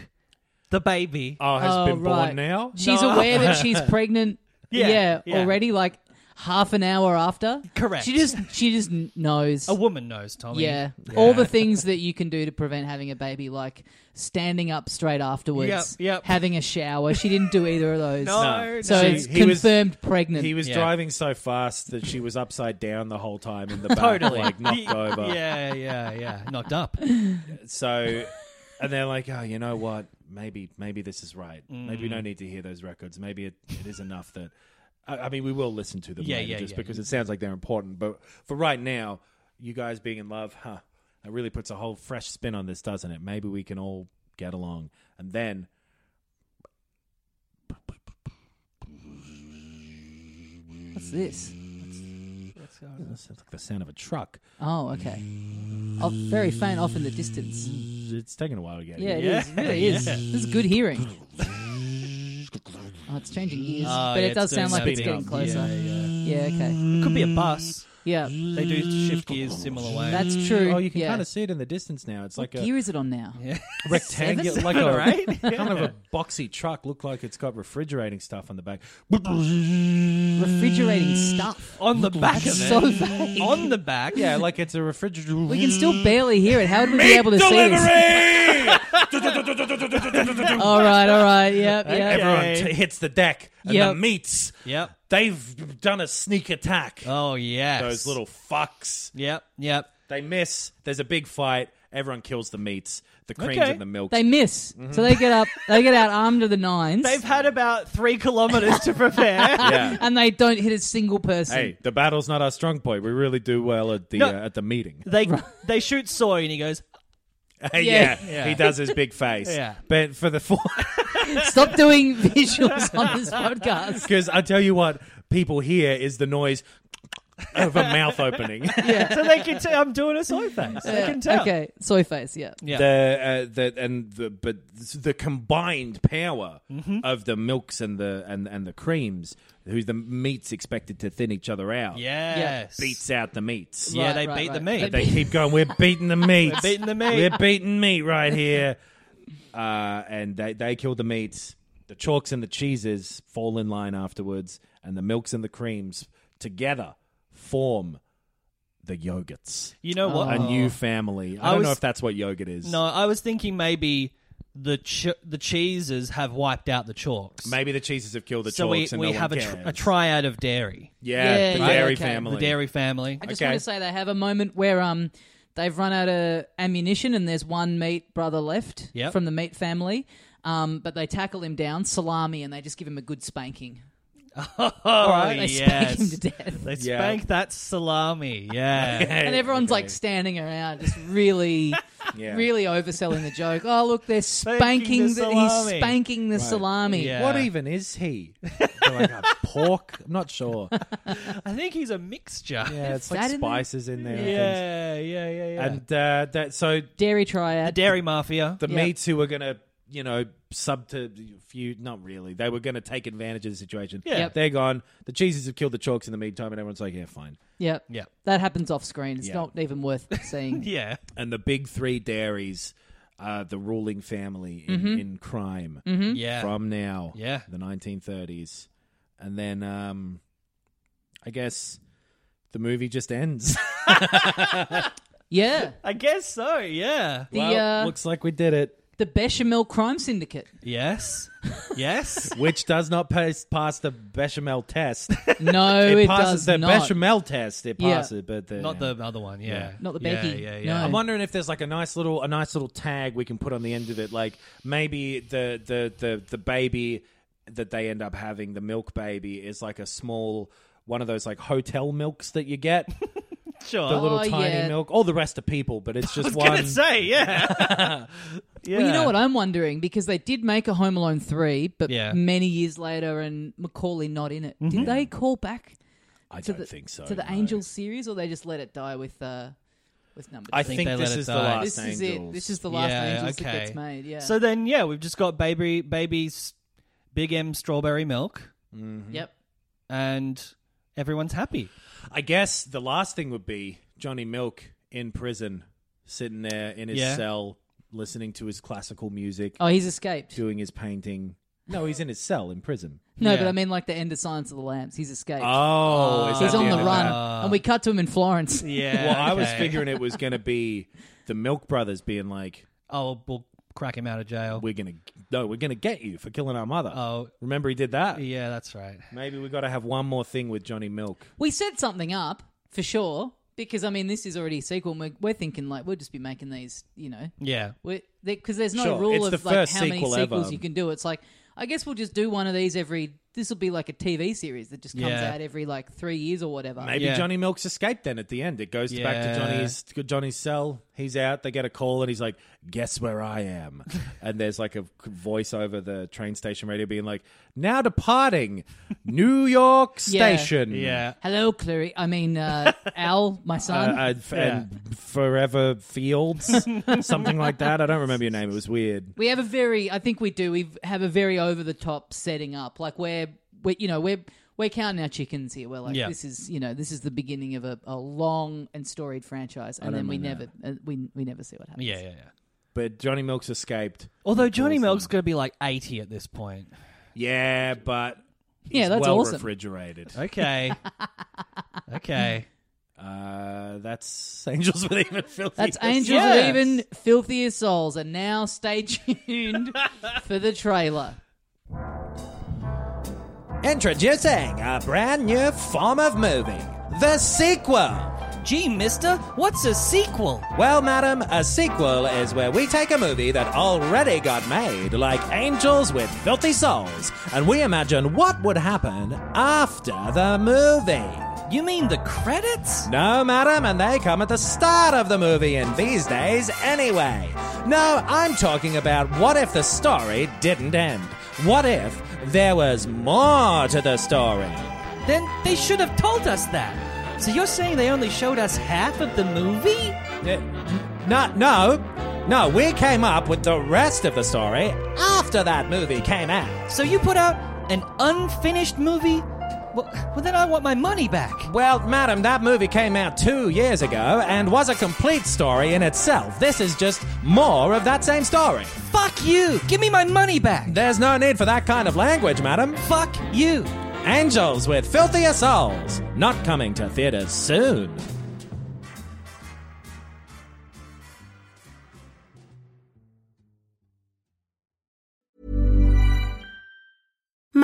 the baby. Oh, has Oh, been right. born now? She's aware <laughs> that she's pregnant. Yeah, yeah, yeah. already like half an hour after. Correct. She just she just kn- knows. a woman knows, Tommy. yeah. all the things that you can do to prevent having a baby, like standing up straight afterwards, Yep, yep. having a shower. She didn't do either of those. No, No. So no. it's He was- confirmed pregnant. He was Yeah. driving so fast that she was upside down the whole time <laughs> in the back, Totally. like knocked over. <laughs> Yeah, yeah, yeah. Knocked up. So, and they're like, oh, you know what? Maybe, maybe this is right. Maybe we don't Mm. need to hear those records. Maybe it, it is enough that. I, I mean, we will listen to them Yeah, later yeah, just yeah. because it sounds like they're important. But for right now, you guys being in love, huh? That really puts a whole fresh spin on this, doesn't it? Maybe we can all get along. And then. What's this? Sounds like the sound of a truck. Oh, okay. Oh, very faint off in the distance. It's taking a while to get Yeah, here. it is. It really is. This is good hearing. Oh, it's changing gears, Oh, but yeah, it does it's doing sound like that it's bit. getting closer. Yeah, Yeah, okay. It could be a bus. Yeah, They do shift gears similar way. that's true. Oh, you can yeah. kind of see it in the distance now. It's like a gear is it on now? rectangular, like Seven? <laughs> a kind of a boxy truck. Look like it's got refrigerating stuff on the back. Refrigerating stuff. on the back of it. That's so vague. on the back. Yeah, like it's a refrigerator. We can still barely hear it. How would we be able to see this? <laughs> All right, all right. Yep, yep. Everyone t- hits the deck and Yep. the meats. Yep. They've done a sneak attack. Oh yes. Those little fucks. Yep. Yep. They miss. There's a big fight. Everyone kills the meats, the creams, Okay. and the milk. They miss, so they get up. They get out armed to the nines, They've had about three kilometers to <laughs> prepare. yeah. and they don't hit a single person. Hey, the battle's not our strong point. We really do well at the No. uh, at the meeting. they they shoot soy and he goes. <laughs> yeah. Yeah. he does his big face. Yeah. but for the four. <laughs> Stop doing <laughs> visuals on this podcast. Because I tell you what, people hear is the noise of a mouth <laughs> opening. So they can tell I'm doing a soy face. They Yeah, can tell. Okay, soy face. Yeah. Yeah. The, uh, the and the but the combined power Mm-hmm. of the milks and the and and the creams, who the meats expected to thin each other out, yes. beats out the meats. Yeah, Right, they right, beat the right. meat. They keep going. We're beating the meats. <laughs> We're beating the meat." We're beating meat right here. <laughs> Uh, and they they kill the meats. The chalks and the cheeses fall in line afterwards, and the milks and the creams together form the yogurts. you know what? Oh. a new family. I, I don't know was- if that's what yogurt is. No, I was thinking maybe the ch- the cheeses have wiped out the chalks. Maybe the cheeses have killed the so we, chalks and we no have one a, tr- cares. a triad of dairy. Yeah, Yeah, the yeah, dairy okay. family. The <laughs> dairy family. I just Okay. want to say they have a moment where um they've run out of ammunition and there's one meat brother left Yep. from the meat family. Um, but they tackle him down, salami, and they just give him a good spanking. Oh, right, they spank yes. him to death. They Yeah. spank that salami. Yeah. And everyone's like standing around, just really, <laughs> Yeah. really overselling the joke. Oh, look, they're spanking. the The, he's salami. spanking the salami. Yeah. What even is he? <laughs> They're like, "Uh, pork? I'm not sure. <laughs> I think he's a mixture. Yeah, <laughs> Yeah, it's like that in there? spices in there. and things. yeah, yeah, yeah. And uh, that so Dairy the triad. dairy mafia. the Yeah. mates who were gonna, you know, subterfuge not really. They were gonna take advantage of the situation. Yeah. Yep. They're gone. The cheeses have killed the chalks in the meantime and everyone's like, Yeah, fine. yeah, Yeah. That happens off screen. It's Yeah. not even worth seeing. <laughs> yeah. And the big three dairies are the ruling family in, in crime Yeah. Mm-hmm. from now. Yeah. The nineteen thirties. And then um I guess the movie just ends. Yeah, I guess so. Yeah. <laughs> the Well, uh, looks like we did it. the Bechamel Crime Syndicate. Yes. <laughs> Yes. Which does not pass, pass the bechamel test. <laughs> No, it, it, passes does the not. bechamel test. It Yeah. passes, but the, Not the other one. Yeah. Yeah. Not the Yeah, Becky. Yeah. Yeah. I'm No. wondering if there's like a nice little a nice little tag we can put on the end of it, like maybe the the the the baby that they end up having, the milk baby, is like a small one of those like hotel milks that you get, Sure. the little Oh, tiny yeah. milk. All the rest are people, but <laughs> it's I was just gonna one. say. <laughs> Yeah. yeah. Well, you know what I'm wondering because they did make a Home Alone three, but Yeah. Mm-hmm. many years later, and Macaulay not in it. Did they call back I to don't the think so. to the no. Angels series, or they just let it die with uh, with number? I two? think, think they let this it is the die. last this is Angels. it. This is the last Yeah, Angels okay. that gets made. Yeah. So then, yeah, we've just got baby, baby's big M strawberry milk, Mm-hmm. yep. and everyone's happy. I guess the last thing would be Johnny Milk in prison, sitting there in his Yeah. cell, listening to his classical music, Oh, he's escaped. doing his painting. No, he's in his cell in prison. No, Yeah. but I mean like the end of Silence of the Lambs. He's escaped. Oh, is he's that on the end of run, that? Ah. and we cut to him in Florence. Yeah. Well, I was okay. figuring it was going to be the Milk Brothers being like, <laughs> Oh, we'll crack him out of jail. "We're going to no, we're going to get you for killing our mother." Oh. remember he did that? yeah, that's right. Maybe we got to have one more thing with Johnny Milk. We set something up for sure because I mean this is already a sequel. And we're, we're thinking like we'll just be making these, you know, Yeah. because there's no Sure, rule it's of the like first how many sequel sequels ever. you can do. It's like I guess we'll just do one of these every. This will be like a TV series that just comes Yeah. out every like three years or whatever. Maybe Yeah. Johnny Milk's escaped then at the end. It goes back to Yeah. Johnny's to Johnny's cell. He's out. They get a call and he's like, "Guess where I <laughs> am?" and there's like a voice over the train station radio being like, "Now departing New York <laughs> Yeah. Station." Yeah. Hello, Clary. I <laughs> mean, uh, Al, my son. Uh, and, and Forever <laughs> Fields, something like that. I don't remember your name. It was weird. We have a very, I think we do. We have a very over the top setting up. Like we're, we, you know, we're we're counting our chickens here. We're like, Yeah. this is, you know, this is the beginning of a, a long and storied franchise, and then we never, uh, we we never see what happens. Yeah, yeah, yeah. But Johnny Milk's escaped. Although Johnny Milk's going to be like 80 at this point. Yeah, but he's Yeah, that's well awesome. refrigerated. <laughs> Okay. okay. Uh, that's <laughs> Angels with Even Filthy. That's Angels Yes. Are Even Filthier Souls. And now stay <laughs> tuned for the trailer. Introducing a brand new form of movie, the sequel. Gee, mister, what's a sequel? Well, madam, a sequel is where we take a movie that already got made, like Angels with Filthy Souls, and we imagine what would happen after the movie. You mean the credits? No, madam, and they come at the start of the movie in these days anyway. No, I'm talking about what if the story didn't end? What if there was more to the story? Then they should have told us that. So you're saying they only showed us half of the movie? Uh, No, no, no, we came up with the rest of the story after that movie came out. So you put out an unfinished movie? Well, well then I want my money back. Well, madam, that movie came out two years ago and was a complete story in itself. This is just more of that same story. Fuck you! Give me my money back! There's no need for that kind of language, madam. Fuck you! Angels with Filthier Souls, not coming to theaters soon.